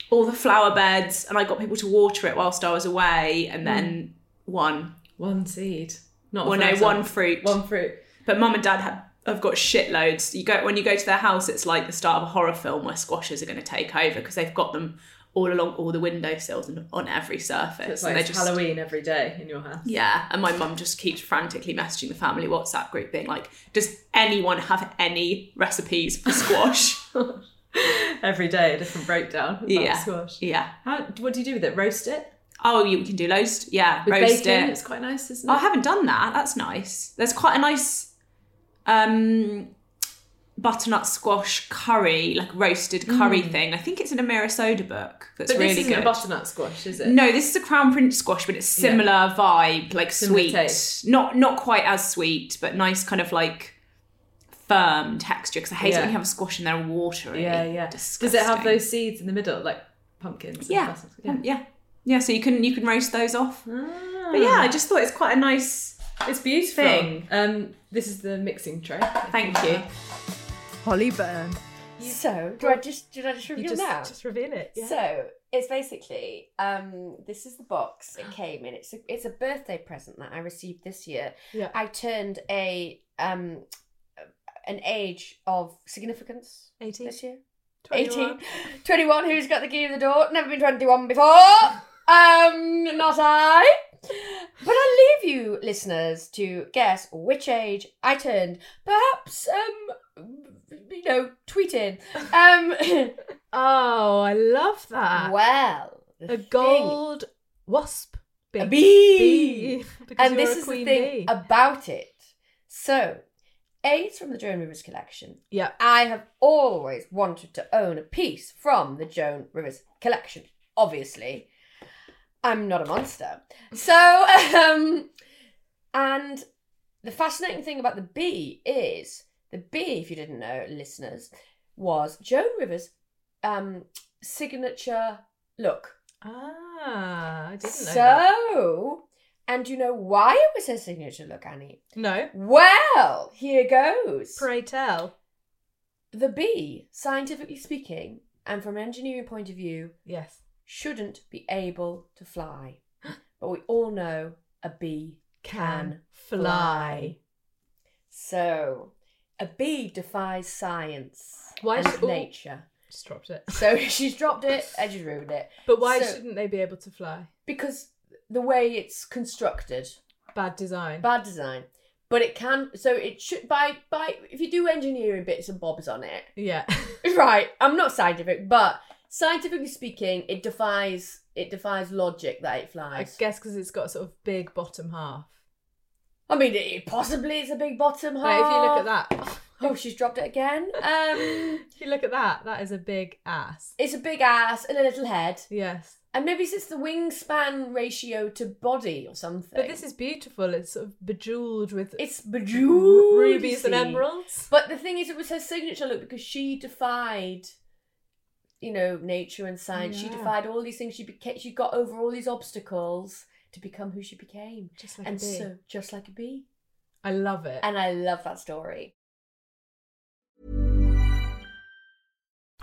Speaker 17: all the flower beds, and I got people to water it whilst I was away. And then one.
Speaker 3: Hmm. One seed. Not a
Speaker 17: well, no,
Speaker 3: flower.
Speaker 17: one fruit. One
Speaker 3: fruit.
Speaker 17: But mum and dad have, have got shitloads. You go when you go to their house, it's like the start of a horror film where squashes are going to take over because they've got them all along all the windowsills and on every surface.
Speaker 3: So it's
Speaker 17: and
Speaker 3: like
Speaker 17: they're
Speaker 3: it's Halloween every day in your house.
Speaker 17: yeah, and my mum just keeps frantically messaging the family WhatsApp group, being like, "Does anyone have any recipes for squash?"
Speaker 3: Every day, a different breakdown. about
Speaker 17: yeah,
Speaker 3: Squash.
Speaker 17: yeah.
Speaker 3: How, what do you do with it? Roast it?
Speaker 17: Oh, you can do roast. Yeah,
Speaker 3: With
Speaker 17: roast
Speaker 3: bacon,
Speaker 17: it.
Speaker 3: it's quite nice, isn't
Speaker 17: Oh, I
Speaker 3: it?
Speaker 17: haven't done that. That's nice. There's quite a nice um, butternut squash curry, like roasted curry
Speaker 3: Mm.
Speaker 17: thing. I think it's in a Mirasoda book. That's
Speaker 3: but
Speaker 17: really
Speaker 3: this isn't
Speaker 17: good.
Speaker 3: a butternut squash, is it?
Speaker 17: No, this is a crown prince squash, but it's
Speaker 3: Yeah.
Speaker 17: similar vibe, like
Speaker 3: Similar
Speaker 17: sweet,
Speaker 3: taste.
Speaker 17: not not quite as sweet, but nice kind of like firm texture. Because I hate it
Speaker 3: Yeah.
Speaker 17: when you have a squash and they're watery.
Speaker 3: Yeah, yeah. Does it have
Speaker 17: Disgusting.
Speaker 3: those seeds in the middle, like pumpkins? and
Speaker 17: Yeah.
Speaker 3: cresses?
Speaker 17: yeah, yeah, yeah. So you can you can roast those off.
Speaker 3: Ah.
Speaker 17: But yeah, I just thought it's quite a nice.
Speaker 3: It's beautiful.
Speaker 17: Thing.
Speaker 3: Um, this is the mixing tray.
Speaker 17: Thank you.
Speaker 3: Holly Byrne.
Speaker 18: So, do I just did I just reveal
Speaker 3: just-
Speaker 18: now?
Speaker 3: just reveal it, yeah.
Speaker 18: So it's basically um, this is the box it came in. It's a it's a birthday present that I received this year.
Speaker 3: Yeah.
Speaker 18: I turned a um an age of significance 18. this year.
Speaker 3: 21.
Speaker 18: 18. 21, who's got the key of the door? Never been 21 before. Um, not I. But I leave you, listeners, to guess which age I turned. Perhaps um, you know, tweeted. Um,
Speaker 3: oh, I love that.
Speaker 18: Well,
Speaker 3: a gold wasp bee.
Speaker 18: a bee.
Speaker 3: Bee. Because
Speaker 18: and
Speaker 3: you're
Speaker 18: this
Speaker 3: a
Speaker 18: is the
Speaker 3: queen
Speaker 18: thing
Speaker 3: bee.
Speaker 18: about it. So, A's from the Joan Rivers collection.
Speaker 3: Yeah.
Speaker 18: I have always wanted to own a piece from the Joan Rivers collection. Obviously, I'm not a monster. So, um, and the fascinating thing about the bee is the bee, if you didn't know, listeners, was Joan Rivers' um, signature look.
Speaker 3: Ah, I didn't know.
Speaker 18: So,
Speaker 3: that.
Speaker 18: and do you know why it was her signature look, Annie?
Speaker 3: No.
Speaker 18: Well, here goes.
Speaker 3: Pray tell.
Speaker 18: The bee, scientifically speaking, and from an engineering point of view,
Speaker 3: yes,
Speaker 18: shouldn't be able to fly. but we all know a bee can
Speaker 3: Can
Speaker 18: fly.
Speaker 3: fly.
Speaker 18: So, a bee defies science
Speaker 3: Why
Speaker 18: and
Speaker 3: should- oh.
Speaker 18: nature.
Speaker 3: Just dropped it.
Speaker 18: So she's dropped it and she's ruined it.
Speaker 3: But why
Speaker 18: So-
Speaker 3: shouldn't they be able to fly?
Speaker 18: Because the way it's constructed.
Speaker 3: Bad design.
Speaker 18: Bad design. But it can so it should by by if you do engineering bits and bobs on it.
Speaker 3: Yeah.
Speaker 18: Right. I'm not scientific, but scientifically speaking, it defies it defies logic that it
Speaker 3: I
Speaker 18: flies.
Speaker 3: guess because it's got sort of big bottom half.
Speaker 18: I mean, it possibly is a big bottom half.
Speaker 3: Like, if you look at that,
Speaker 18: Oh, she's dropped it again. Um,
Speaker 3: if you look at that, that is a big ass.
Speaker 18: It's a big ass and a little head.
Speaker 3: Yes.
Speaker 18: And maybe it's the wingspan ratio to body or something.
Speaker 3: But this is beautiful. It's sort of bejeweled with
Speaker 18: it's bejeweled
Speaker 3: rubies and
Speaker 18: see.
Speaker 3: emeralds.
Speaker 18: But the thing is, it was her signature look because she defied, you know, nature and science. She
Speaker 3: Yeah.
Speaker 18: defied all these things. She became, she got over all these obstacles to become who she became.
Speaker 3: Just like a
Speaker 18: and
Speaker 3: bee.
Speaker 18: so just like a bee.
Speaker 3: I love it.
Speaker 18: And I love that story.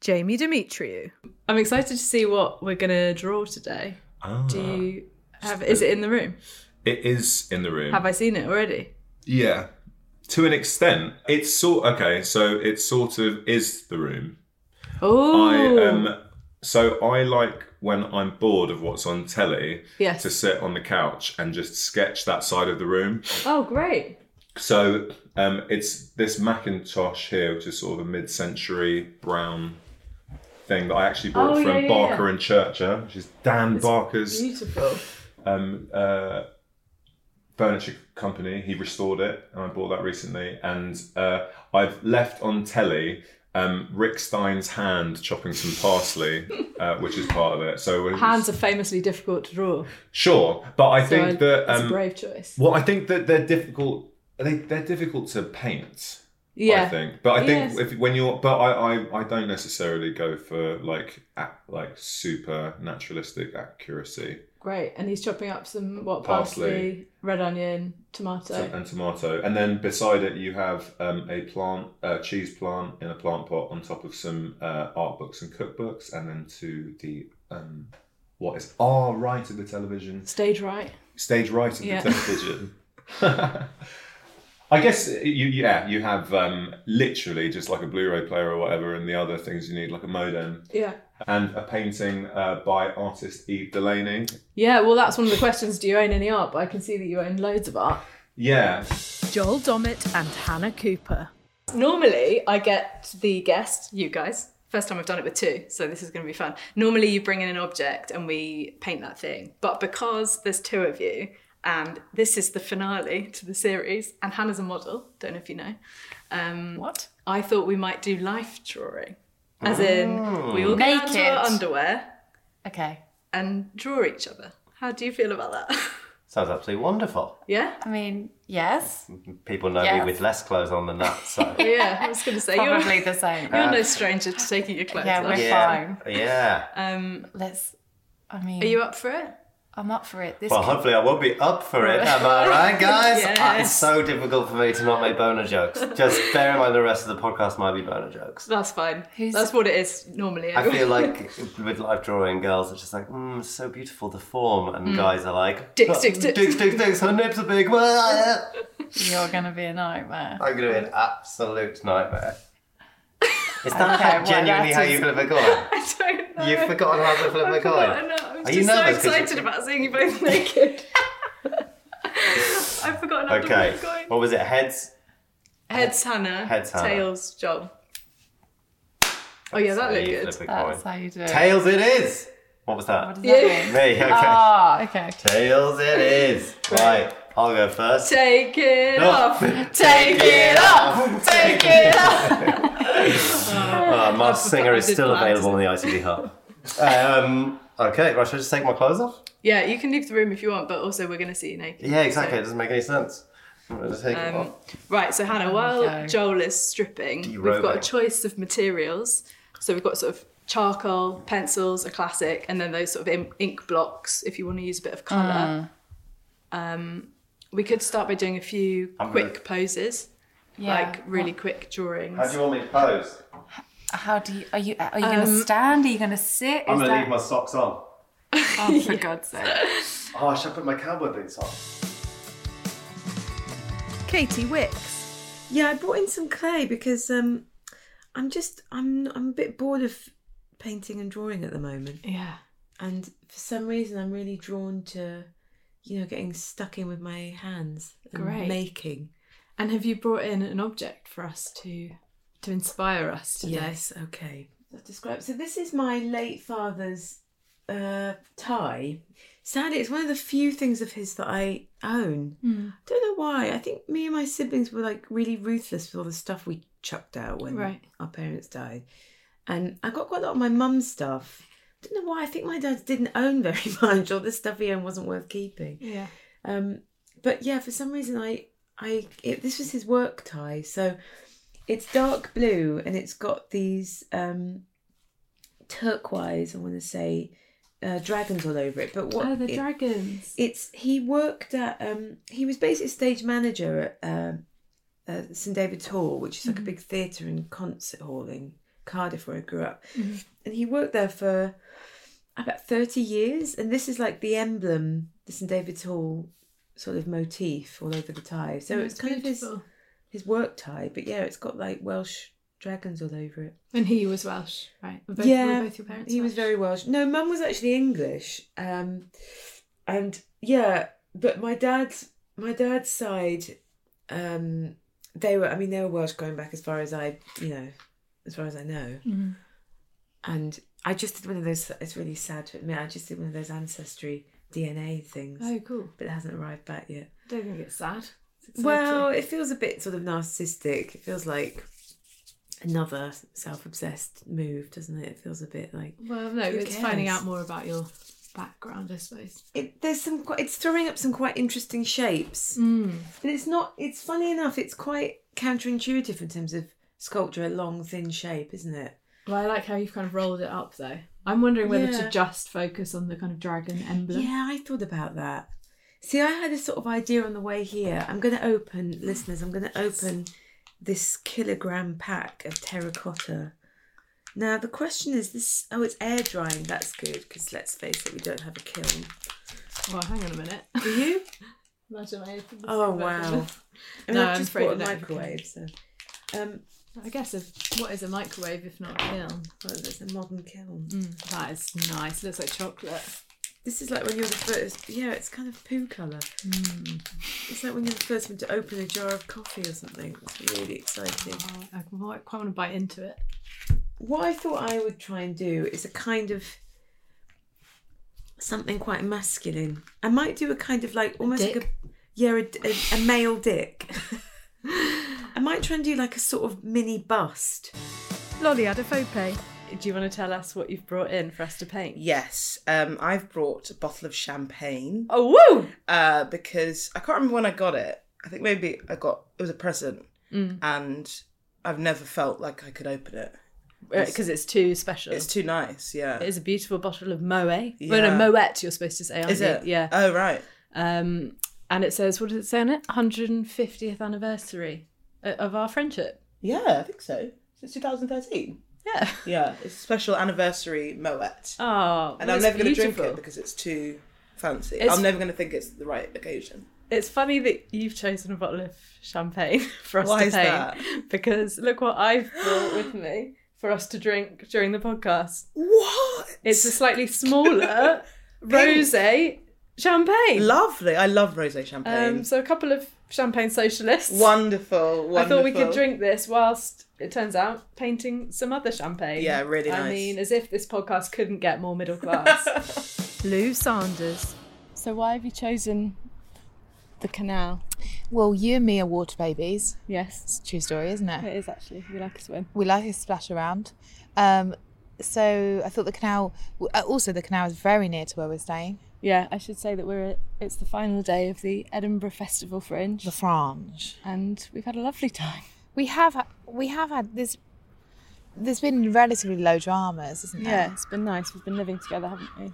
Speaker 3: Jamie Demetriou. I'm excited to see what we're gonna draw today. Do
Speaker 19: Ah.
Speaker 3: you have? Is it in the room?
Speaker 19: It is in the room.
Speaker 3: Have I seen it already?
Speaker 19: Yeah. To an extent, it's sort okay, so it sort of is the room.
Speaker 3: Oh,
Speaker 19: I um so I like when I'm bored of what's on telly
Speaker 3: Yes.
Speaker 19: to sit on the couch and just sketch that side of the room.
Speaker 3: oh, great.
Speaker 19: So um it's this Macintosh here, which is sort of a mid century brown thing that I actually bought
Speaker 3: Oh,
Speaker 19: from
Speaker 3: yeah, yeah,
Speaker 19: Barker
Speaker 3: yeah.
Speaker 19: and Churcher, which is Dan Barker's
Speaker 3: Beautiful.
Speaker 19: um, uh, furniture company. He restored it, and I bought that recently. And uh, I've left on telly um, Rick Stein's hand chopping some parsley, uh, which is part of it. So we're-
Speaker 3: Hands are famously difficult to draw.
Speaker 19: sure, but I
Speaker 3: So
Speaker 19: think that
Speaker 3: it's
Speaker 19: um,
Speaker 3: a brave choice.
Speaker 19: Well, I think that they're difficult. They they're difficult to paint.
Speaker 3: Yeah.
Speaker 19: I think, but I think
Speaker 3: Yes.
Speaker 19: if when you're, but I, I, I don't necessarily go for like ac- like super naturalistic accuracy.
Speaker 3: Great. And he's chopping up some what
Speaker 19: Parsley. uh,
Speaker 3: parsley, red onion, tomato.
Speaker 19: Tom- and tomato. And then beside it, you have um, a plant, a cheese plant in a plant pot on top of some uh, art books and cookbooks, and then to the um, what is our right of the television,
Speaker 3: Stage right.
Speaker 19: stage right of
Speaker 3: Yeah.
Speaker 19: the television. I guess you yeah you have um, literally just like a Blu-ray player or whatever, and the other things you need like a modem.
Speaker 3: Yeah.
Speaker 19: And a painting uh, by artist Eve Delaney.
Speaker 3: Yeah. Well, that's one of the questions. Do you own any art? But I can see that you own loads of art.
Speaker 19: Yeah,
Speaker 3: Joel Dommett and Hannah Cooper. Normally, I get the guest, you guys. First time I've done it with two, so this is going to be fun. Normally, you bring in an object and we paint that thing, but because there's two of you and this is the finale to the series. And Hannah's a model. Don't know if you know. Um, what? I thought we might do life drawing, as in we all get out to our
Speaker 12: Naked.
Speaker 3: underwear.
Speaker 12: Okay.
Speaker 3: And draw each other. How do you feel about that?
Speaker 20: Sounds absolutely wonderful.
Speaker 3: yeah.
Speaker 12: I mean, yes.
Speaker 20: People know
Speaker 3: Yes.
Speaker 20: me with less clothes on than that, so.
Speaker 3: yeah, I was going to say
Speaker 12: Probably
Speaker 3: you're
Speaker 12: the same.
Speaker 3: You're no stranger to taking your clothes
Speaker 12: Yeah,
Speaker 3: off.
Speaker 12: we're
Speaker 20: yeah. Yeah.
Speaker 3: Um,
Speaker 12: let's. I mean,
Speaker 3: are you up for it?
Speaker 12: I'm up for it. This
Speaker 20: well,
Speaker 12: could-
Speaker 20: hopefully I will be up for it. Am I right, guys? Ah, It's
Speaker 3: Yes.
Speaker 20: so difficult for me to not make boner jokes. Just bear in mind the rest of the podcast might be boner jokes.
Speaker 3: That's fine. That's what it is normally.
Speaker 20: I
Speaker 3: anyway.
Speaker 20: feel like with live drawing, girls are just like, mm, so beautiful the form, and
Speaker 3: Mm.
Speaker 20: guys are like,
Speaker 3: Dicks,
Speaker 20: "Oh,
Speaker 3: dicks, dicks."
Speaker 20: dicks, dicks, dicks, her nips are big. I'm
Speaker 12: You're going to be a nightmare.
Speaker 20: going to be an absolute nightmare. Is that
Speaker 12: Okay,
Speaker 20: how
Speaker 12: well,
Speaker 20: genuinely
Speaker 12: that
Speaker 20: how you
Speaker 12: is-
Speaker 20: flip a coin?
Speaker 3: I don't know.
Speaker 20: You've forgotten how to flip a
Speaker 3: I've
Speaker 20: coin.
Speaker 3: forgotten. I was
Speaker 20: Are you
Speaker 3: just so
Speaker 20: nervous 'cause you-
Speaker 3: excited about seeing you both naked. I've forgotten how
Speaker 20: Okay.
Speaker 3: to flip a coin.
Speaker 20: What was it? Heads?
Speaker 3: Heads Hannah.
Speaker 20: Heads, Hannah.
Speaker 3: Tails John. Oh yeah, that
Speaker 20: How
Speaker 3: looked
Speaker 20: you
Speaker 3: good.
Speaker 20: flip a coin.
Speaker 12: do
Speaker 20: Tails it is! What was that?
Speaker 3: does that Yeah. mean?
Speaker 20: Me, okay.
Speaker 12: Ah, okay.
Speaker 20: Tails it is! Right, I'll go first.
Speaker 3: Take it
Speaker 20: No.
Speaker 3: off.
Speaker 20: Take it off.
Speaker 3: Take it off.
Speaker 20: Uh, Masked Singer is
Speaker 3: I did
Speaker 20: still
Speaker 3: not
Speaker 20: available on the ITV Hub. Um, okay, right, should I just take my clothes off?
Speaker 3: Yeah, you can leave the room if you want, but also we're going to see you naked.
Speaker 20: Yeah, exactly. It
Speaker 3: So-
Speaker 20: doesn't make any sense. I'm gonna just take it
Speaker 3: Um,
Speaker 20: off.
Speaker 3: right, so Hannah, while Joel is stripping, we've got a
Speaker 20: Derobing.
Speaker 3: choice of materials. So we've got sort of charcoal, pencils, a classic, and then those sort of im- ink blocks if you want to use a bit of colour. Um, we could start by doing a few
Speaker 20: I'm
Speaker 3: quick
Speaker 20: gonna-
Speaker 3: poses,
Speaker 12: Yeah.
Speaker 3: like really quick drawings.
Speaker 20: How do you want me to pose?
Speaker 12: How do you. Are you, are you going
Speaker 3: Um,
Speaker 12: to stand? Are you going to sit?
Speaker 20: I'm
Speaker 12: Is
Speaker 20: gonna
Speaker 12: that-
Speaker 20: leave my socks on.
Speaker 12: Oh, for God's sake.
Speaker 20: Oh, I should put my cowboy boots on.
Speaker 21: Katie Wicks. Yeah, I brought in some clay because um, I'm just I'm I'm a bit bored of painting and drawing at the moment.
Speaker 3: Yeah.
Speaker 21: And for some reason, I'm really drawn to, you know, getting stuck in with my hands and
Speaker 3: Great.
Speaker 21: making.
Speaker 3: And have you brought in an object for us to to inspire us today?
Speaker 21: Yes. Okay. I've described. So this is my late father's uh, tie. Sadly, it's one of the few things of his that I own.
Speaker 3: Mm.
Speaker 21: Don't know why. I think me and my siblings were like really ruthless with all the stuff we chucked out when
Speaker 3: Right.
Speaker 21: our parents died, and I got quite a lot of my mum's stuff. Don't know why. I think my dad didn't own very much, or the stuff he owned wasn't worth keeping.
Speaker 3: Yeah.
Speaker 21: Um, but yeah, for some reason, I, I, it, this was his work tie, so it's dark blue and it's got these um, turquoise. I want to say uh, dragons all over it, but what?
Speaker 3: oh, the
Speaker 21: it-
Speaker 3: dragons.
Speaker 21: It's he worked at. Um, he was basically stage manager at um uh, St David's Hall, which is like
Speaker 3: Mhm.
Speaker 21: a big theatre and concert hall in Cardiff, where I grew up
Speaker 3: Mhm.
Speaker 21: and he worked there for about 30 years and this is like the emblem the st david's hall sort of motif all over the tie so
Speaker 3: Mm,
Speaker 21: it's
Speaker 3: it's
Speaker 21: kind of
Speaker 3: beautiful.
Speaker 21: his his work tie but yeah it's got like welsh dragons all over it
Speaker 3: And he was Welsh, right? Were both,
Speaker 21: yeah
Speaker 3: were both your parents.
Speaker 21: he was very welsh no mum was actually english um and yeah but my dad's my dad's side um they were i mean they were welsh going back as far as i you know as far as i know
Speaker 3: Mhm.
Speaker 21: and I just did one of those. It's really sad to admit. I just did one of those ancestry DNA things.
Speaker 3: Oh, cool.
Speaker 21: But it hasn't arrived back yet.
Speaker 3: Don't think it's sad. It's exciting.
Speaker 21: Well, it feels a bit sort of narcissistic. It feels like another self-obsessed move, doesn't it? It feels a bit like
Speaker 3: well, no,
Speaker 21: who
Speaker 3: it's finding
Speaker 21: cares?
Speaker 3: out more about your background, I suppose.
Speaker 21: It, there's some. qui- It's throwing up some quite interesting shapes.
Speaker 3: Mm.
Speaker 21: But it's not. It's funny enough. It's quite counterintuitive in terms of sculpture. A long, thin shape, isn't it?
Speaker 3: Well, I like how you've kind of rolled it up, though. I'm wondering whether
Speaker 21: Yeah.
Speaker 3: to just focus on the kind of dragon emblem.
Speaker 21: Yeah, I thought about that. See, I had a sort of idea on the way here. I'm going to open, listeners, I'm going to open this kilogram pack of terracotta. Now, the question is this oh, it's air drying. That's good because let's face it, we don't have a kiln.
Speaker 3: Well, hang on a minute.
Speaker 21: Do you?
Speaker 3: Imagine I opened this
Speaker 21: Oh,
Speaker 3: back
Speaker 21: wow.
Speaker 3: up.
Speaker 21: I mean,
Speaker 3: no,
Speaker 21: I've
Speaker 3: I'm
Speaker 21: just
Speaker 3: afraid
Speaker 21: bought a
Speaker 3: I don't.
Speaker 21: microwave, so. Um,
Speaker 3: I guess if, what is a microwave if not a kiln?
Speaker 21: Well, it's a modern kiln.
Speaker 3: Mm, that is nice. Looks like chocolate.
Speaker 21: This is like when you're the first, yeah, it's kind of poo colour. It's like when you're the first one to open a jar of coffee or something. It's really exciting.
Speaker 3: I quite, quite want to bite into it.
Speaker 21: what I thought I would try and do is a kind of something quite masculine. I might do a kind of like almost like a yeah a, a, a male dick. I might try and do like a sort of mini bust.
Speaker 17: Lolly Adophope.
Speaker 3: Do you want to tell us what you've brought in for us to paint?
Speaker 5: Yes, um, I've brought a bottle of champagne.
Speaker 3: Oh, woo!
Speaker 5: Uh, because I can't remember when I got it. I think maybe I got it was a present,
Speaker 3: Mm.
Speaker 5: and I've never felt like I could open it
Speaker 3: Because Uh, it's too special.
Speaker 5: It's too nice. Yeah,
Speaker 3: It is a beautiful bottle of Moet. Well,
Speaker 5: Yeah.
Speaker 3: no, Moet, you're supposed to say, aren't
Speaker 5: Is
Speaker 3: you?
Speaker 5: it?
Speaker 3: Yeah.
Speaker 5: Oh, right.
Speaker 3: Um, and it says, what does it say on it? 150th anniversary uh, of our friendship.
Speaker 5: Yeah, I think so. Since 2013.
Speaker 3: Yeah.
Speaker 5: Yeah, it's a special anniversary Moet. and
Speaker 3: Oh, well,
Speaker 5: I'm
Speaker 3: it's
Speaker 5: never going to drink
Speaker 3: beautiful.
Speaker 5: it because it's too fancy.
Speaker 3: It's-
Speaker 5: I'm never going to think it's the right occasion.
Speaker 3: It's funny that you've chosen a bottle of champagne for us
Speaker 5: Why
Speaker 3: to
Speaker 5: is
Speaker 3: paint.
Speaker 5: that?
Speaker 3: Because look what I've brought with me for us to drink during the podcast.
Speaker 5: What?
Speaker 3: It's a slightly smaller
Speaker 5: Pink.
Speaker 3: rose champagne.
Speaker 5: Lovely. I love rosé champagne.
Speaker 3: Um, so a couple of champagne socialists.
Speaker 5: wonderful, wonderful.
Speaker 3: I thought we could drink this whilst it turns out painting some other champagne.
Speaker 5: Yeah, really
Speaker 3: I
Speaker 5: nice.
Speaker 3: mean, as if this podcast couldn't get more middle class.
Speaker 17: Lou Sanders.
Speaker 3: So why have you chosen the canal?
Speaker 22: Well, you and me are water babies.
Speaker 3: Yes.
Speaker 22: It's a true story, isn't it?
Speaker 3: It is actually. We like a swim.
Speaker 22: We like a splash around. Um, so I thought the canal, w- uh, also the canal is very near to where we're staying.
Speaker 3: Yeah, I should say that we're at, it's the final day of the Edinburgh Festival Fringe. The
Speaker 22: Fringe.
Speaker 3: And we've had a lovely time.
Speaker 22: We have ha- we have had this. There's been relatively low dramas, isn't there?
Speaker 3: Yeah, it's been nice. We've been living together, haven't we?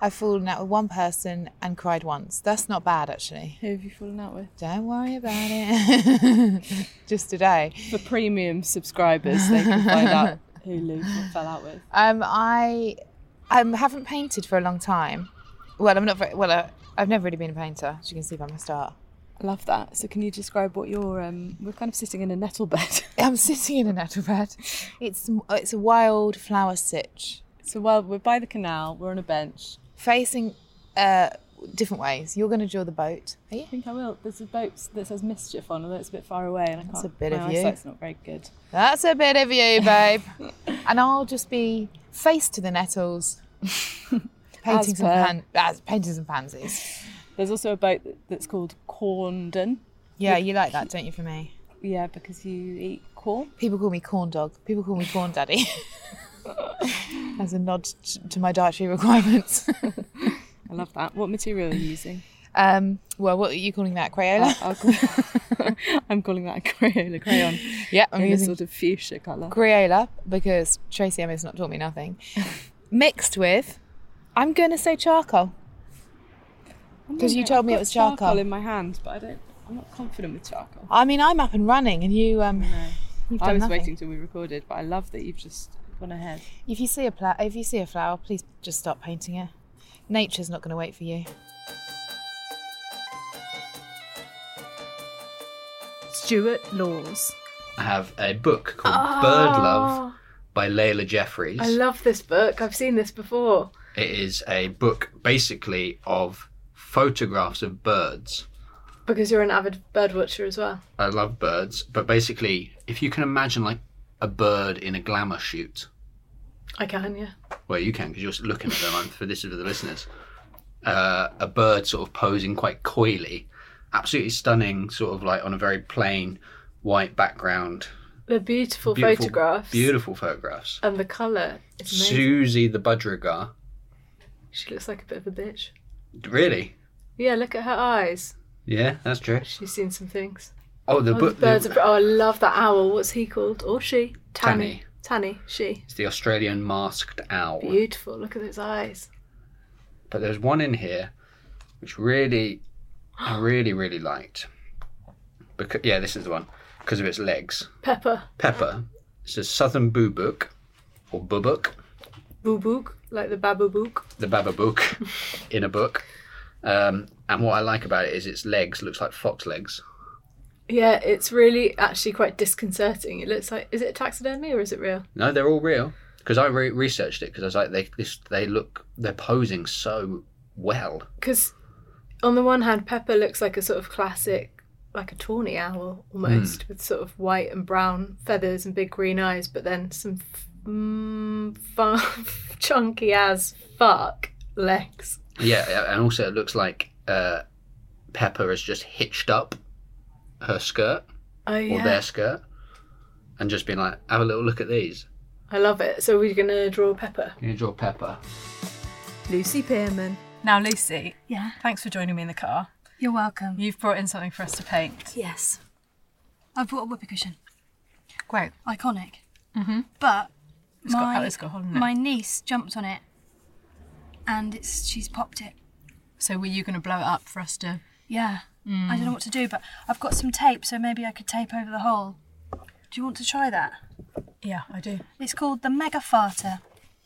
Speaker 22: I've fallen out with one person and cried once. That's not bad, actually.
Speaker 3: Who have you fallen out with?
Speaker 22: Don't worry about it. Just today.
Speaker 3: For premium subscribers, they can find out who Lou fell out with.
Speaker 22: Um, I um, haven't painted for a long time. Well, I'm not very, well. I, I've never really been a painter, as you can see by my start.
Speaker 3: I love that. So can you describe what your um? We're kind of sitting in a nettle bed.
Speaker 22: I'm sitting in a nettle bed. It's uh, it's a wild flower sitch.
Speaker 3: So well, we're by the canal. We're on a bench,
Speaker 22: facing uh, different ways. You're going to draw the boat. Are you?
Speaker 3: I think I will. There's a boat that says mischief on, although it's a bit far away, and I
Speaker 22: That's
Speaker 3: can't.
Speaker 22: a bit
Speaker 3: my
Speaker 22: of you.
Speaker 3: eyesight's not very good.
Speaker 22: That's a bit of you, babe. and I'll just be face to the nettles, painting
Speaker 3: As
Speaker 22: some
Speaker 3: per.
Speaker 22: pan- as, painting some pansies.
Speaker 3: There's also a boat that- that's called Corndon.
Speaker 22: Yeah, you like that, don't you? For me.
Speaker 3: Yeah, because you eat corn.
Speaker 22: People call me corn dog. People call me corn daddy. as a nod t- to my dietary requirements.
Speaker 3: I love that. What material are you using?
Speaker 22: Um, well, what are you calling that, Crayola?
Speaker 3: I'll call- I'm calling that a Crayola crayon.
Speaker 22: Yeah, I'm
Speaker 3: in a
Speaker 22: using-
Speaker 3: sort of fuchsia colour.
Speaker 22: Crayola, because Tracy Emma's not taught me nothing. Mixed with, I'm going to say charcoal. Because you told me it was charcoal.
Speaker 3: charcoal in my hand, but I don't. I'm not confident with charcoal.
Speaker 22: I mean, I'm up and running, and you. Um, You've done
Speaker 3: I was
Speaker 22: nothing.
Speaker 3: waiting till we recorded, but I love that you've just gone ahead.
Speaker 22: If you see a pla- if you see a flower, please just stop painting it. Nature's not going to wait for you.
Speaker 17: Stuart Laws.
Speaker 23: I have a book called
Speaker 17: Ah.
Speaker 23: Bird Love by Layla Jeffries.
Speaker 17: I love this book. I've seen this before.
Speaker 23: it is a book basically of photographs of birds.
Speaker 17: Because you're an avid bird watcher as well.
Speaker 23: I love birds, but basically, if you can imagine like a bird in a glamour shoot,
Speaker 17: I can, yeah.
Speaker 23: well, you can because you're looking at them. I'm, for this is for the listeners, uh, a bird sort of posing quite coyly, absolutely stunning, sort of like on a very plain white background.
Speaker 17: They're beautiful, photographs.
Speaker 23: Beautiful photographs.
Speaker 17: And the colour is amazing.
Speaker 23: Susie the Budgerigar.
Speaker 17: She looks like a bit of a bitch.
Speaker 23: Really?
Speaker 17: Yeah, look at her eyes.
Speaker 23: Yeah, that's true.
Speaker 17: She's seen some things.
Speaker 23: Oh, the book.
Speaker 17: birds are. Oh, I love that owl. What's he called? Or she?
Speaker 23: Tanny.
Speaker 17: Tanny. She.
Speaker 23: It's the Australian masked owl.
Speaker 17: Beautiful. Look at those eyes.
Speaker 23: But there's one in here which really, I really, really liked. Because yeah, this is the one because of its legs.
Speaker 17: Pepper.
Speaker 23: Pepper. It's a southern boobook or boobook,
Speaker 17: Boobook. Like the bababook.
Speaker 23: the bababook in a book. Um, and what I like about it is its legs looks like fox legs.
Speaker 17: Yeah, it's really actually quite disconcerting. It looks like. Is it taxidermy or is it real?
Speaker 23: No, they're all real because I re- researched it because I was like they this they look they're posing so well.
Speaker 17: Because on the one hand, Pepper looks like a sort of classic, like a tawny owl almost,
Speaker 23: Mm.
Speaker 17: with sort of white and brown feathers and big green eyes, but then some f- mm, fu- chunky as fuck
Speaker 18: legs.
Speaker 23: Yeah, yeah, and also it looks like uh, Pepper has just hitched up her skirt
Speaker 18: Oh
Speaker 23: or
Speaker 18: yeah,
Speaker 23: their skirt and just been like, have a little look at these.
Speaker 18: I love it. So we're gonna draw Pepper.
Speaker 23: Can you draw Pepper?
Speaker 24: Lucy Pearman.
Speaker 18: Now, Lucy.
Speaker 24: Yeah.
Speaker 18: Thanks for joining me in the car.
Speaker 21: You're welcome.
Speaker 18: You've brought in something for us to paint.
Speaker 21: Yes. I've brought a whoopee cushion.
Speaker 18: Great.
Speaker 21: Iconic. Mm-hmm. But
Speaker 18: It's got-
Speaker 21: my,
Speaker 18: it's got a hole in it.
Speaker 21: my niece jumped on it and it's she's popped it.
Speaker 18: So were you gonna blow it up for us to? mm.
Speaker 21: Yeah. I don't know what to do, but I've got some tape, so maybe I could tape over the hole. Do you want to try that?
Speaker 18: Yeah, I do.
Speaker 21: It's called the Mega Farter.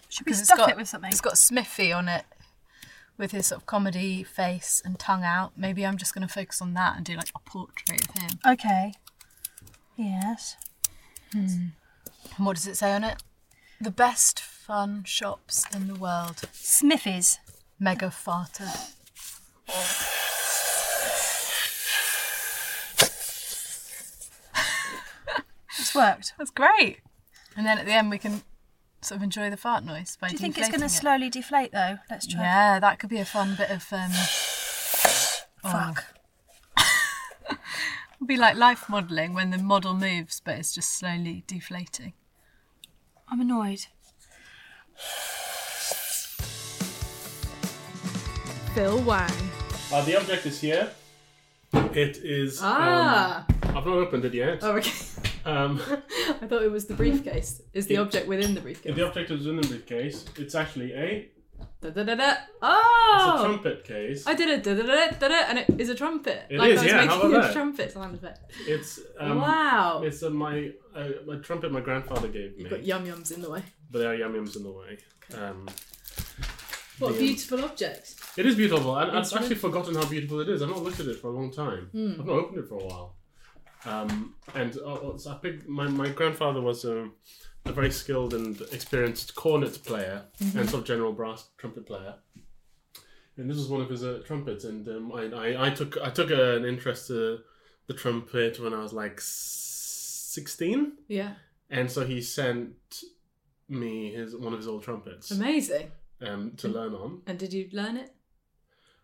Speaker 21: Should we
Speaker 18: 'Cause it's
Speaker 21: stuff
Speaker 18: got-
Speaker 21: it with something?
Speaker 18: It's got Smithy on it with his sort of comedy face and tongue out. Maybe I'm just going to focus on that and do like a portrait of him.
Speaker 21: Okay. Yes.
Speaker 18: Hmm. And what does it say on it? The best fun shops in the world.
Speaker 21: Smithies.
Speaker 18: Mega farter.
Speaker 21: It's worked.
Speaker 18: That's great. And then at the end we can sort of enjoy the fart noise by
Speaker 21: Do you think it's going
Speaker 18: deflating
Speaker 21: to
Speaker 18: it.
Speaker 21: slowly deflate though? Let's try.
Speaker 18: Yeah, that could be a fun bit of um
Speaker 21: Fuck.
Speaker 18: It'd be like life modelling when the model moves but it's just slowly deflating.
Speaker 21: I'm annoyed.
Speaker 24: Phil Wang.
Speaker 10: Uh, the object is here. It is. um,
Speaker 3: Ah.
Speaker 10: I've not opened it yet.
Speaker 3: Oh, okay.
Speaker 10: Um,
Speaker 3: I thought it was the briefcase. Is the
Speaker 10: It-
Speaker 3: object within the briefcase?
Speaker 10: the object is in the briefcase. It's actually a.
Speaker 3: Da, da, da, da.
Speaker 10: It's
Speaker 3: Oh!
Speaker 10: a trumpet case.
Speaker 3: I did it, da, da, da, da, da, and it is a trumpet.
Speaker 10: It
Speaker 3: like
Speaker 10: is,
Speaker 3: I was
Speaker 10: yeah, how
Speaker 3: making
Speaker 10: about
Speaker 3: a
Speaker 10: that?
Speaker 3: trumpet sound effect.
Speaker 10: It's um,
Speaker 3: Wow.
Speaker 10: It's a, my uh, a, a trumpet my grandfather gave me.
Speaker 3: You've got yum yums in the way.
Speaker 10: But there are yum yums in the way. Um,
Speaker 3: What a
Speaker 10: the-
Speaker 3: beautiful object.
Speaker 10: It is beautiful, and I've
Speaker 3: Instrument.
Speaker 10: actually forgotten how beautiful it is. I've not looked at it for a long time.
Speaker 3: Hmm.
Speaker 10: I've not opened it for a while. Um, and uh, uh, so I picked, my, my grandfather was a, a very skilled and experienced cornet player and
Speaker 3: Mm-hmm.
Speaker 23: Mhm.
Speaker 10: sort of general brass trumpet player. And this was one of his uh, trumpets, and um, I, I, I took I took uh, an interest to the trumpet when I was like sixteen.
Speaker 3: Yeah.
Speaker 10: And so he sent me his one of his old trumpets.
Speaker 3: Amazing.
Speaker 10: Um, to learn on
Speaker 3: And did you learn it?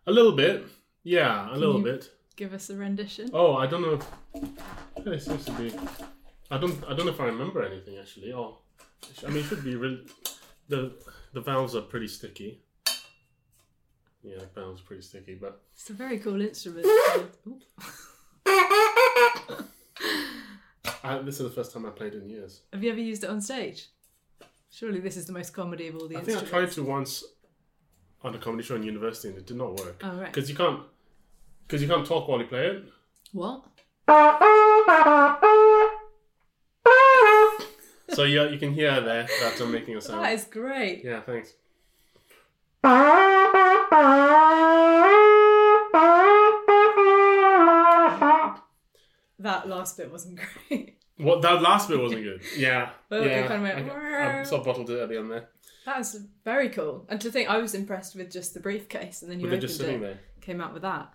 Speaker 10: a little bit, yeah, a
Speaker 3: Can
Speaker 10: little
Speaker 3: you
Speaker 10: bit.
Speaker 3: Give us a rendition.
Speaker 10: Oh, I don't know. If... It seems to be. I don't. I don't know if I remember anything actually. Oh, it sh- I mean, it should be really. The the valves are pretty sticky. Yeah, the valves are pretty sticky, but
Speaker 3: It's a very cool instrument.
Speaker 10: I, this is the first time I played in years.
Speaker 3: Have you ever used it on stage? Surely this is the most comedy of all the
Speaker 10: I think I
Speaker 3: instruments.
Speaker 10: tried to once on a comedy show in university, and it did not work.
Speaker 3: Oh, right.
Speaker 10: Because you can't. Because you can't talk while you play it.
Speaker 3: What?
Speaker 10: So you you can hear there that I'm making a sound.
Speaker 3: That is great.
Speaker 10: Yeah, thanks.
Speaker 3: That last bit wasn't great.
Speaker 10: What that last bit wasn't good. Yeah,
Speaker 3: Well, it
Speaker 10: yeah.
Speaker 3: kinda went,
Speaker 10: I, I sort of bottled it at the end there.
Speaker 3: That was very cool. And to think I was impressed with just the briefcase and then you
Speaker 10: With it
Speaker 3: opened
Speaker 10: just
Speaker 3: it,
Speaker 10: sitting there.
Speaker 3: came out with that.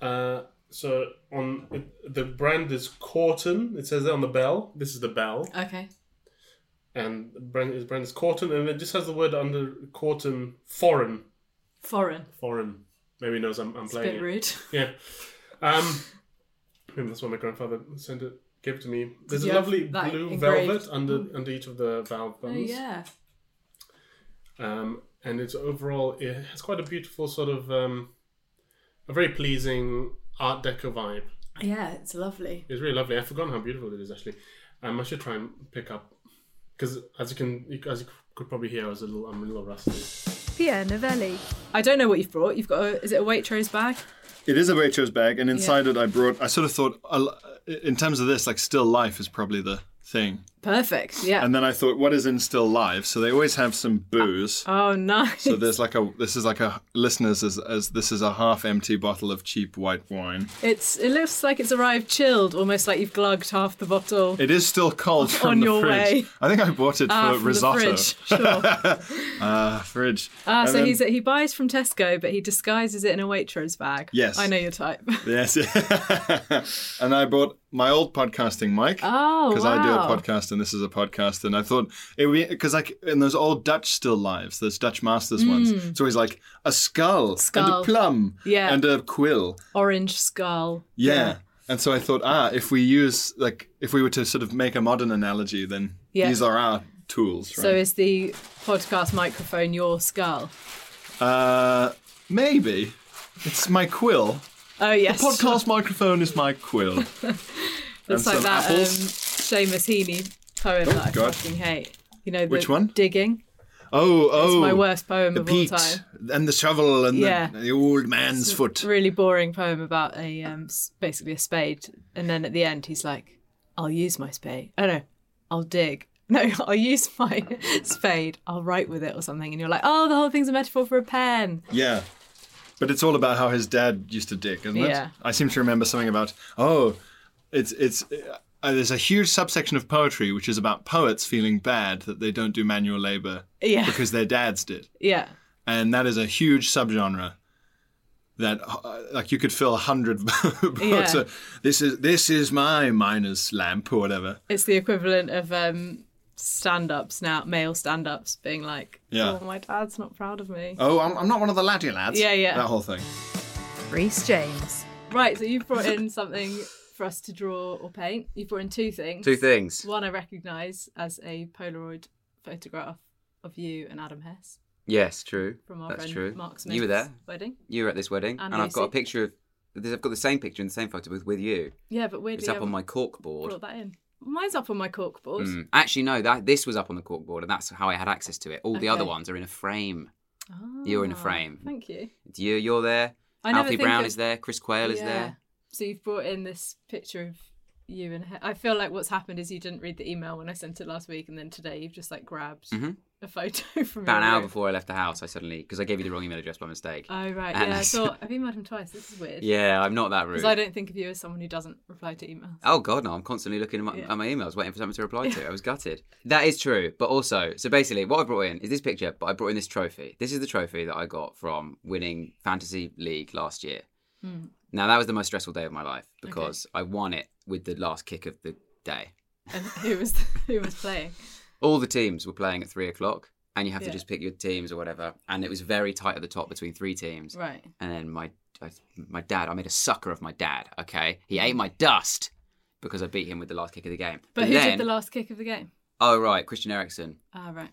Speaker 10: Uh, so on the brand is Corton. It says that on the bell. This is the bell,
Speaker 3: Okay.
Speaker 10: and brand is brand is Corton, and it just has the word under Corton foreign.
Speaker 3: Foreign.
Speaker 10: Foreign. Maybe he knows I'm, I'm
Speaker 3: It's a
Speaker 10: playing.
Speaker 3: bit
Speaker 10: it.
Speaker 3: rude.
Speaker 10: Yeah. Um, maybe that's why my grandfather sent it, gave it to me. There's
Speaker 3: you
Speaker 10: a
Speaker 3: have
Speaker 10: lovely
Speaker 3: that
Speaker 10: blue
Speaker 3: engraved- Mm.
Speaker 10: velvet under under each of the valve
Speaker 3: Oh
Speaker 10: buttons.
Speaker 3: yeah.
Speaker 10: um, and it's overall it has quite a beautiful sort of um, a very pleasing art deco vibe
Speaker 3: Yeah, it's lovely.
Speaker 10: it's really lovely i've forgotten how beautiful it is actually um, i should try and pick up because as you can you- as you could probably hear i was a little i'm a little rusty
Speaker 24: Pierre Novelli.
Speaker 3: I don't know what you've brought. You've got a is it a Waitrose bag?
Speaker 25: It is a Waitrose bag, and inside it, I brought. I sort of thought, a l- in terms of this, like still life is probably the thing.
Speaker 3: Perfect. Yeah.
Speaker 25: And then I thought, what is in still live? So they always have some booze.
Speaker 3: oh nice.
Speaker 25: So there's like a this is like a listeners as, as this is a half empty bottle of cheap white wine.
Speaker 3: It's it looks like it's arrived chilled, almost like you've glugged half the bottle.
Speaker 25: It is still cold from
Speaker 3: On
Speaker 25: the
Speaker 3: your
Speaker 25: fridge.
Speaker 3: way.
Speaker 25: I think I bought it
Speaker 3: Ah,
Speaker 25: for
Speaker 3: from the
Speaker 25: risotto.
Speaker 3: fridge, sure.
Speaker 25: Ah, fridge.
Speaker 3: Ah,
Speaker 25: And
Speaker 3: so
Speaker 25: then-
Speaker 3: he's he buys from Tesco, but he disguises it in a Waitrose bag.
Speaker 25: Yes.
Speaker 3: I know your type.
Speaker 25: Yes. and I bought my old podcasting mic.
Speaker 3: Oh,
Speaker 25: Because I do a
Speaker 3: wow.
Speaker 25: podcast podcast and this is a podcast. And I thought it would be because like in those old Dutch still lives, those Dutch masters ones,
Speaker 3: Mm.
Speaker 25: it's always like a skull, and
Speaker 3: Skull.
Speaker 25: a plum
Speaker 3: Yeah.
Speaker 25: and a quill.
Speaker 3: Orange skull.
Speaker 25: Yeah. And so I thought, ah, if we use like if we were to sort of make a modern analogy, then
Speaker 3: Yeah.
Speaker 25: these are our tools, right?
Speaker 3: So is the podcast microphone your skull?
Speaker 25: uh maybe. It's my quill.
Speaker 3: Oh yes.
Speaker 25: The podcast microphone is my quill. and
Speaker 3: It's like
Speaker 25: some
Speaker 3: that um,
Speaker 25: apples.
Speaker 3: Seamus Heaney poem
Speaker 25: Oh,
Speaker 3: that I
Speaker 25: God.
Speaker 3: fucking hate. You know the
Speaker 25: Which one?
Speaker 3: Digging.
Speaker 25: Oh, oh.
Speaker 3: It's my worst poem
Speaker 25: the
Speaker 3: of all
Speaker 25: peat
Speaker 3: time.
Speaker 25: And the shovel and
Speaker 3: Yeah.
Speaker 25: the, the old man's
Speaker 3: It's a
Speaker 25: foot.
Speaker 3: Really boring poem about a um, s- basically a spade, and then at the end he's like, "I'll use my spade. Oh no, I'll dig. No, I'll use my spade. I'll write with it or something." And you're like, "Oh, the whole thing's a metaphor for a pen."
Speaker 25: Yeah. But it's all about how his dad used to dig, isn't it?
Speaker 3: Yeah.
Speaker 25: I seem to remember something about, oh, it's, it's, uh, there's a huge subsection of poetry which is about poets feeling bad that they don't do manual labor
Speaker 3: Yeah.
Speaker 25: because their dads did.
Speaker 3: Yeah.
Speaker 25: And that is a huge subgenre that, uh, like, you could fill a hundred poets.
Speaker 3: Yeah.
Speaker 25: uh, This is, this is my miner's lamp or whatever.
Speaker 3: It's the equivalent of um, stand-ups now, male stand-ups being like,
Speaker 25: Yeah.
Speaker 3: "Oh, my dad's not proud of me."
Speaker 25: Oh, I'm, I'm not one of the laddie lads.
Speaker 3: Yeah, yeah.
Speaker 25: That whole thing.
Speaker 3: Reese James. Right, so you've brought in something for us to draw or paint. You've brought in two things.
Speaker 26: Two things.
Speaker 3: One I recognise as a Polaroid photograph of you and Adam Hess.
Speaker 26: Yes, true.
Speaker 3: From our
Speaker 26: That's
Speaker 3: friend
Speaker 26: true.
Speaker 3: Mark
Speaker 26: you
Speaker 3: Smith's
Speaker 26: were there.
Speaker 3: wedding.
Speaker 26: You were at this wedding,
Speaker 3: And
Speaker 26: and, I've got a
Speaker 3: Lucy.
Speaker 26: picture of. I've got the same picture in the same photo booth with you.
Speaker 3: Yeah, but weirdly
Speaker 26: it's up
Speaker 3: I
Speaker 26: on my cork
Speaker 3: um, Brought
Speaker 26: board.
Speaker 3: that in. Mine's up on my cork board.
Speaker 26: Mm. Actually, no. That this was up on the cork board, and that's how I had access to it. All the other
Speaker 3: Okay.
Speaker 26: ones are in a frame. You're in a
Speaker 3: Ah,
Speaker 26: frame.
Speaker 3: Thank you.
Speaker 26: It's You, you're there.
Speaker 3: I never
Speaker 26: Alfie
Speaker 3: think
Speaker 26: Brown
Speaker 3: of-
Speaker 26: is there. Chris Quayle is
Speaker 3: Yeah.
Speaker 26: there.
Speaker 3: So you've brought in this picture of you and I feel like what's happened is you didn't read the email when I sent it last week, and then today you've just like grabbed
Speaker 26: Mhm.
Speaker 3: a photo from
Speaker 26: About an
Speaker 3: your
Speaker 26: hour
Speaker 3: room.
Speaker 26: before I left the house, I suddenly because I gave you the wrong email address by mistake.
Speaker 3: Oh right,
Speaker 26: And
Speaker 3: yeah. I
Speaker 26: s-
Speaker 3: thought I've emailed him twice. This is weird.
Speaker 26: Yeah, I'm not that
Speaker 3: Because
Speaker 26: rude.
Speaker 3: I don't think of you as someone who doesn't reply to emails.
Speaker 26: Oh god, no! I'm constantly looking at my,
Speaker 3: Yeah.
Speaker 26: at my emails, waiting for someone to reply to. I was gutted. That is true, but also, so basically, what I brought in is this picture, but I brought in this trophy. This is the trophy that I got from winning fantasy league last year.
Speaker 3: Mm.
Speaker 26: Now that was the most stressful day of my life
Speaker 3: Okay.
Speaker 26: because I won it with the last kick of the day.
Speaker 3: And who was who was playing?
Speaker 26: All the teams were playing at three o'clock, and you have
Speaker 3: Yeah.
Speaker 26: to just pick your teams or whatever. And it was very tight at the top between three teams.
Speaker 3: Right.
Speaker 26: And then my I, my dad, I made a sucker of my dad. Okay, he ate my dust because I beat him with the last kick of the game.
Speaker 3: But who
Speaker 26: then,
Speaker 3: did the last kick of the game?
Speaker 26: Oh right, Christian Eriksen.
Speaker 3: Ah right.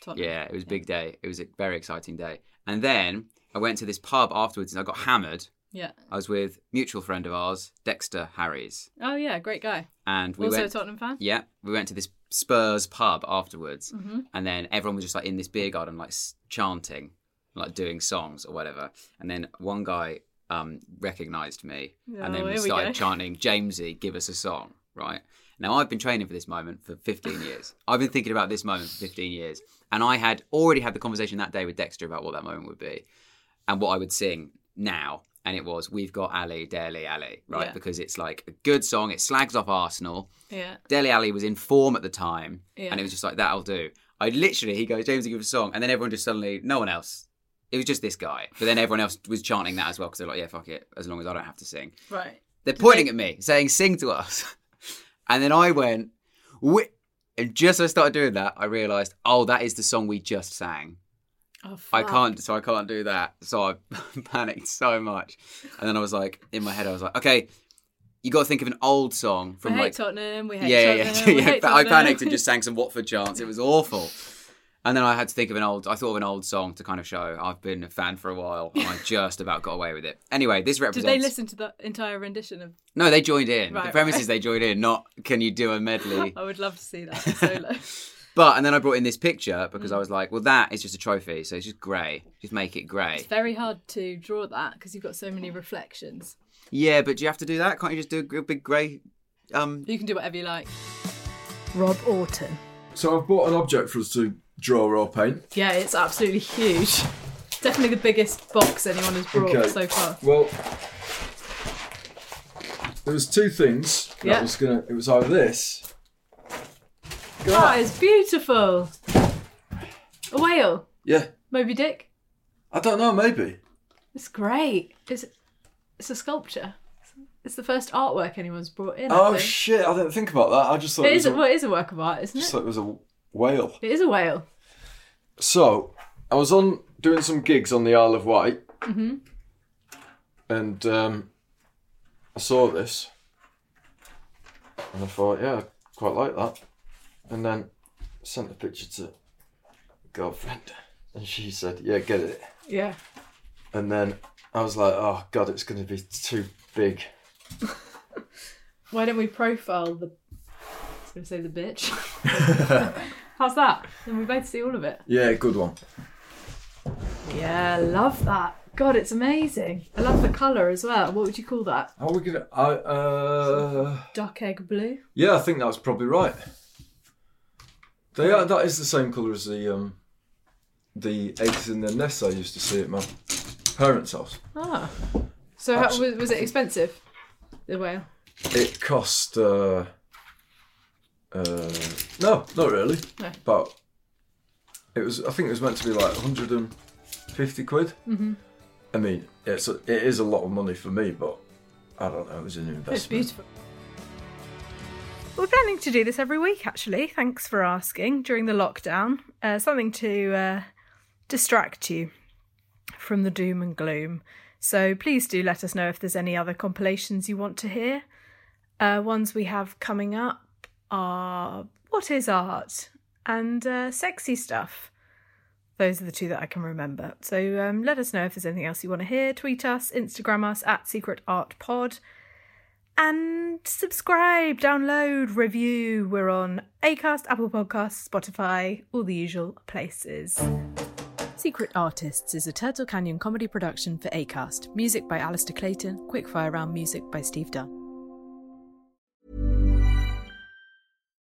Speaker 3: Tottenham.
Speaker 26: Yeah, it was a big day. It was a very exciting day. And then I went to this pub afterwards and I got hammered.
Speaker 3: Yeah.
Speaker 26: I was with mutual friend of ours, Dexter Harries,
Speaker 3: Oh yeah, great guy.
Speaker 26: and we
Speaker 3: also
Speaker 26: went.
Speaker 3: a Tottenham fan.
Speaker 26: Yeah, we went to this Spurs pub afterwards,
Speaker 3: Mhm.
Speaker 26: and then everyone was just like in this beer garden, like s- chanting, like doing songs or whatever. And then one guy um, recognized me, and
Speaker 3: Oh,
Speaker 26: then we
Speaker 3: here we
Speaker 26: started
Speaker 3: go.
Speaker 26: chanting, "Jamesy, give us a song." Right now, I've been training for this moment for 15 years. I've been thinking about this moment for 15 years, and I had already had the conversation that day with Dexter about what that moment would be and what I would sing now. And it was, we've got Ali, Deli Ali, right?
Speaker 3: Yeah.
Speaker 26: Because it's like a good song. It slags off Arsenal.
Speaker 3: Yeah.
Speaker 26: Deli Ali was in form at the time,
Speaker 3: Yeah.
Speaker 26: and it was just like that'll do. I literally, he goes, James, give us a song, and then everyone just suddenly, no one else. It was just this guy, but then everyone else was chanting that as well because they're like, yeah, fuck it, as long as I don't have to sing.
Speaker 3: Right.
Speaker 26: They're pointing at me, saying, sing to us, and then I went, Wh-? and just as I started doing that, I realised, oh, that is the song we just sang.
Speaker 3: Oh,
Speaker 26: I
Speaker 3: fuck.
Speaker 26: can't, so I can't do that. So I panicked so much, and then I was like, in my head, I was like, okay, you got to think of an old song from
Speaker 3: we
Speaker 26: like
Speaker 3: hate Tottenham. We
Speaker 26: yeah,
Speaker 3: hate
Speaker 26: yeah, yeah.
Speaker 3: Tottenham. we
Speaker 26: yeah.
Speaker 3: hate
Speaker 26: But I
Speaker 3: Tottenham.
Speaker 26: panicked and just sang some Watford chants. It was awful. And then I had to think of an old. I thought of an old song to kind of show I've been a fan for a while. And I just about got away with it. Anyway, this
Speaker 3: Did
Speaker 26: represents.
Speaker 3: they listen to the entire rendition of?
Speaker 26: No, they joined in.
Speaker 3: Right,
Speaker 26: the
Speaker 3: right.
Speaker 26: premise is they joined in. Not can you do a medley?
Speaker 3: I would love to see that solo.
Speaker 26: But and then I brought in this picture because
Speaker 3: Mm.
Speaker 26: I was like, well, that is just a trophy, so it's just grey. Just make it grey.
Speaker 3: it's very hard to draw that because you've got so many reflections.
Speaker 26: Yeah, but do you have to do that? Can't you just do a gr- big grey? Um,
Speaker 3: You can do whatever you like.
Speaker 8: Rob Orton. So I've bought an object for us to draw or paint.
Speaker 3: Yeah, it's absolutely huge. Definitely the biggest box anyone has brought
Speaker 8: Okay.
Speaker 3: so far.
Speaker 8: Well, there was two things. that
Speaker 3: Yeah.
Speaker 8: was gonna. It was either this.
Speaker 3: That is beautiful. A whale,
Speaker 8: Yeah.
Speaker 3: Moby Dick.
Speaker 8: I don't know. Maybe.
Speaker 3: It's great. It's it's a sculpture. It's the first artwork anyone's brought in. I
Speaker 8: Oh
Speaker 3: think.
Speaker 8: shit! I didn't think about that. I just thought
Speaker 3: It
Speaker 8: it,
Speaker 3: is,
Speaker 8: was
Speaker 3: a,
Speaker 8: a,
Speaker 3: well, it is a work of art, isn't
Speaker 8: just
Speaker 3: it?
Speaker 8: thought it was a whale.
Speaker 3: It is a whale.
Speaker 8: So I was on doing some gigs on the Isle of Wight,
Speaker 3: hmm
Speaker 8: and um, I saw this, and I thought, yeah, I quite like that. And then sent a picture to my girlfriend, and she said, yeah, get it.
Speaker 3: Yeah.
Speaker 8: And then I was like, oh god, it's going to be too big.
Speaker 3: Why don't we profile the? I was going to say the bitch. How's that? Then we both see all of it.
Speaker 8: Yeah, good one.
Speaker 3: Yeah, love that. God, it's amazing. I love the colour as well. What would you call that?
Speaker 8: How are we gonna? I uh.
Speaker 3: Duck egg blue.
Speaker 8: Yeah, I think that was probably right. They are. That is the same colour as the um, the eggs in the nest I used to see at my parents' house.
Speaker 3: Ah. So how, was, was it expensive? The whale.
Speaker 8: It cost. Uh, uh, no, not really.
Speaker 3: No.
Speaker 8: But it was. I think it was meant to be like 150 quid.
Speaker 3: Mm-hmm.
Speaker 8: I mean, it's a, it is a lot of money for me, but I don't know. It was an
Speaker 3: It's
Speaker 8: investment.
Speaker 3: beautiful. We're planning to do this every week, actually. Thanks for asking during the lockdown. Uh, something to uh, distract you from the doom and gloom. So please do let us know if there's any other compilations you want to hear. Uh, ones we have coming up are What is Art? and uh, Sexy Stuff. Those are the two that I can remember. So um, let us know if there's anything else you want to hear. Tweet us, Instagram us at Secret Art Pod and subscribe, download, review. We're on Acast, Apple Podcasts, Spotify, all the usual places. Secret Artists is a Turtle Canyon comedy production for Acast. Music by Alistair Clayton, Quickfire Round music by Steve Dunn.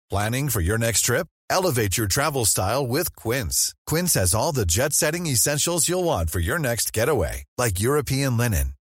Speaker 27: Planning for your next trip? Elevate your travel style with Quince. Quince has all the jet setting essentials you'll want for your next getaway, like European linen,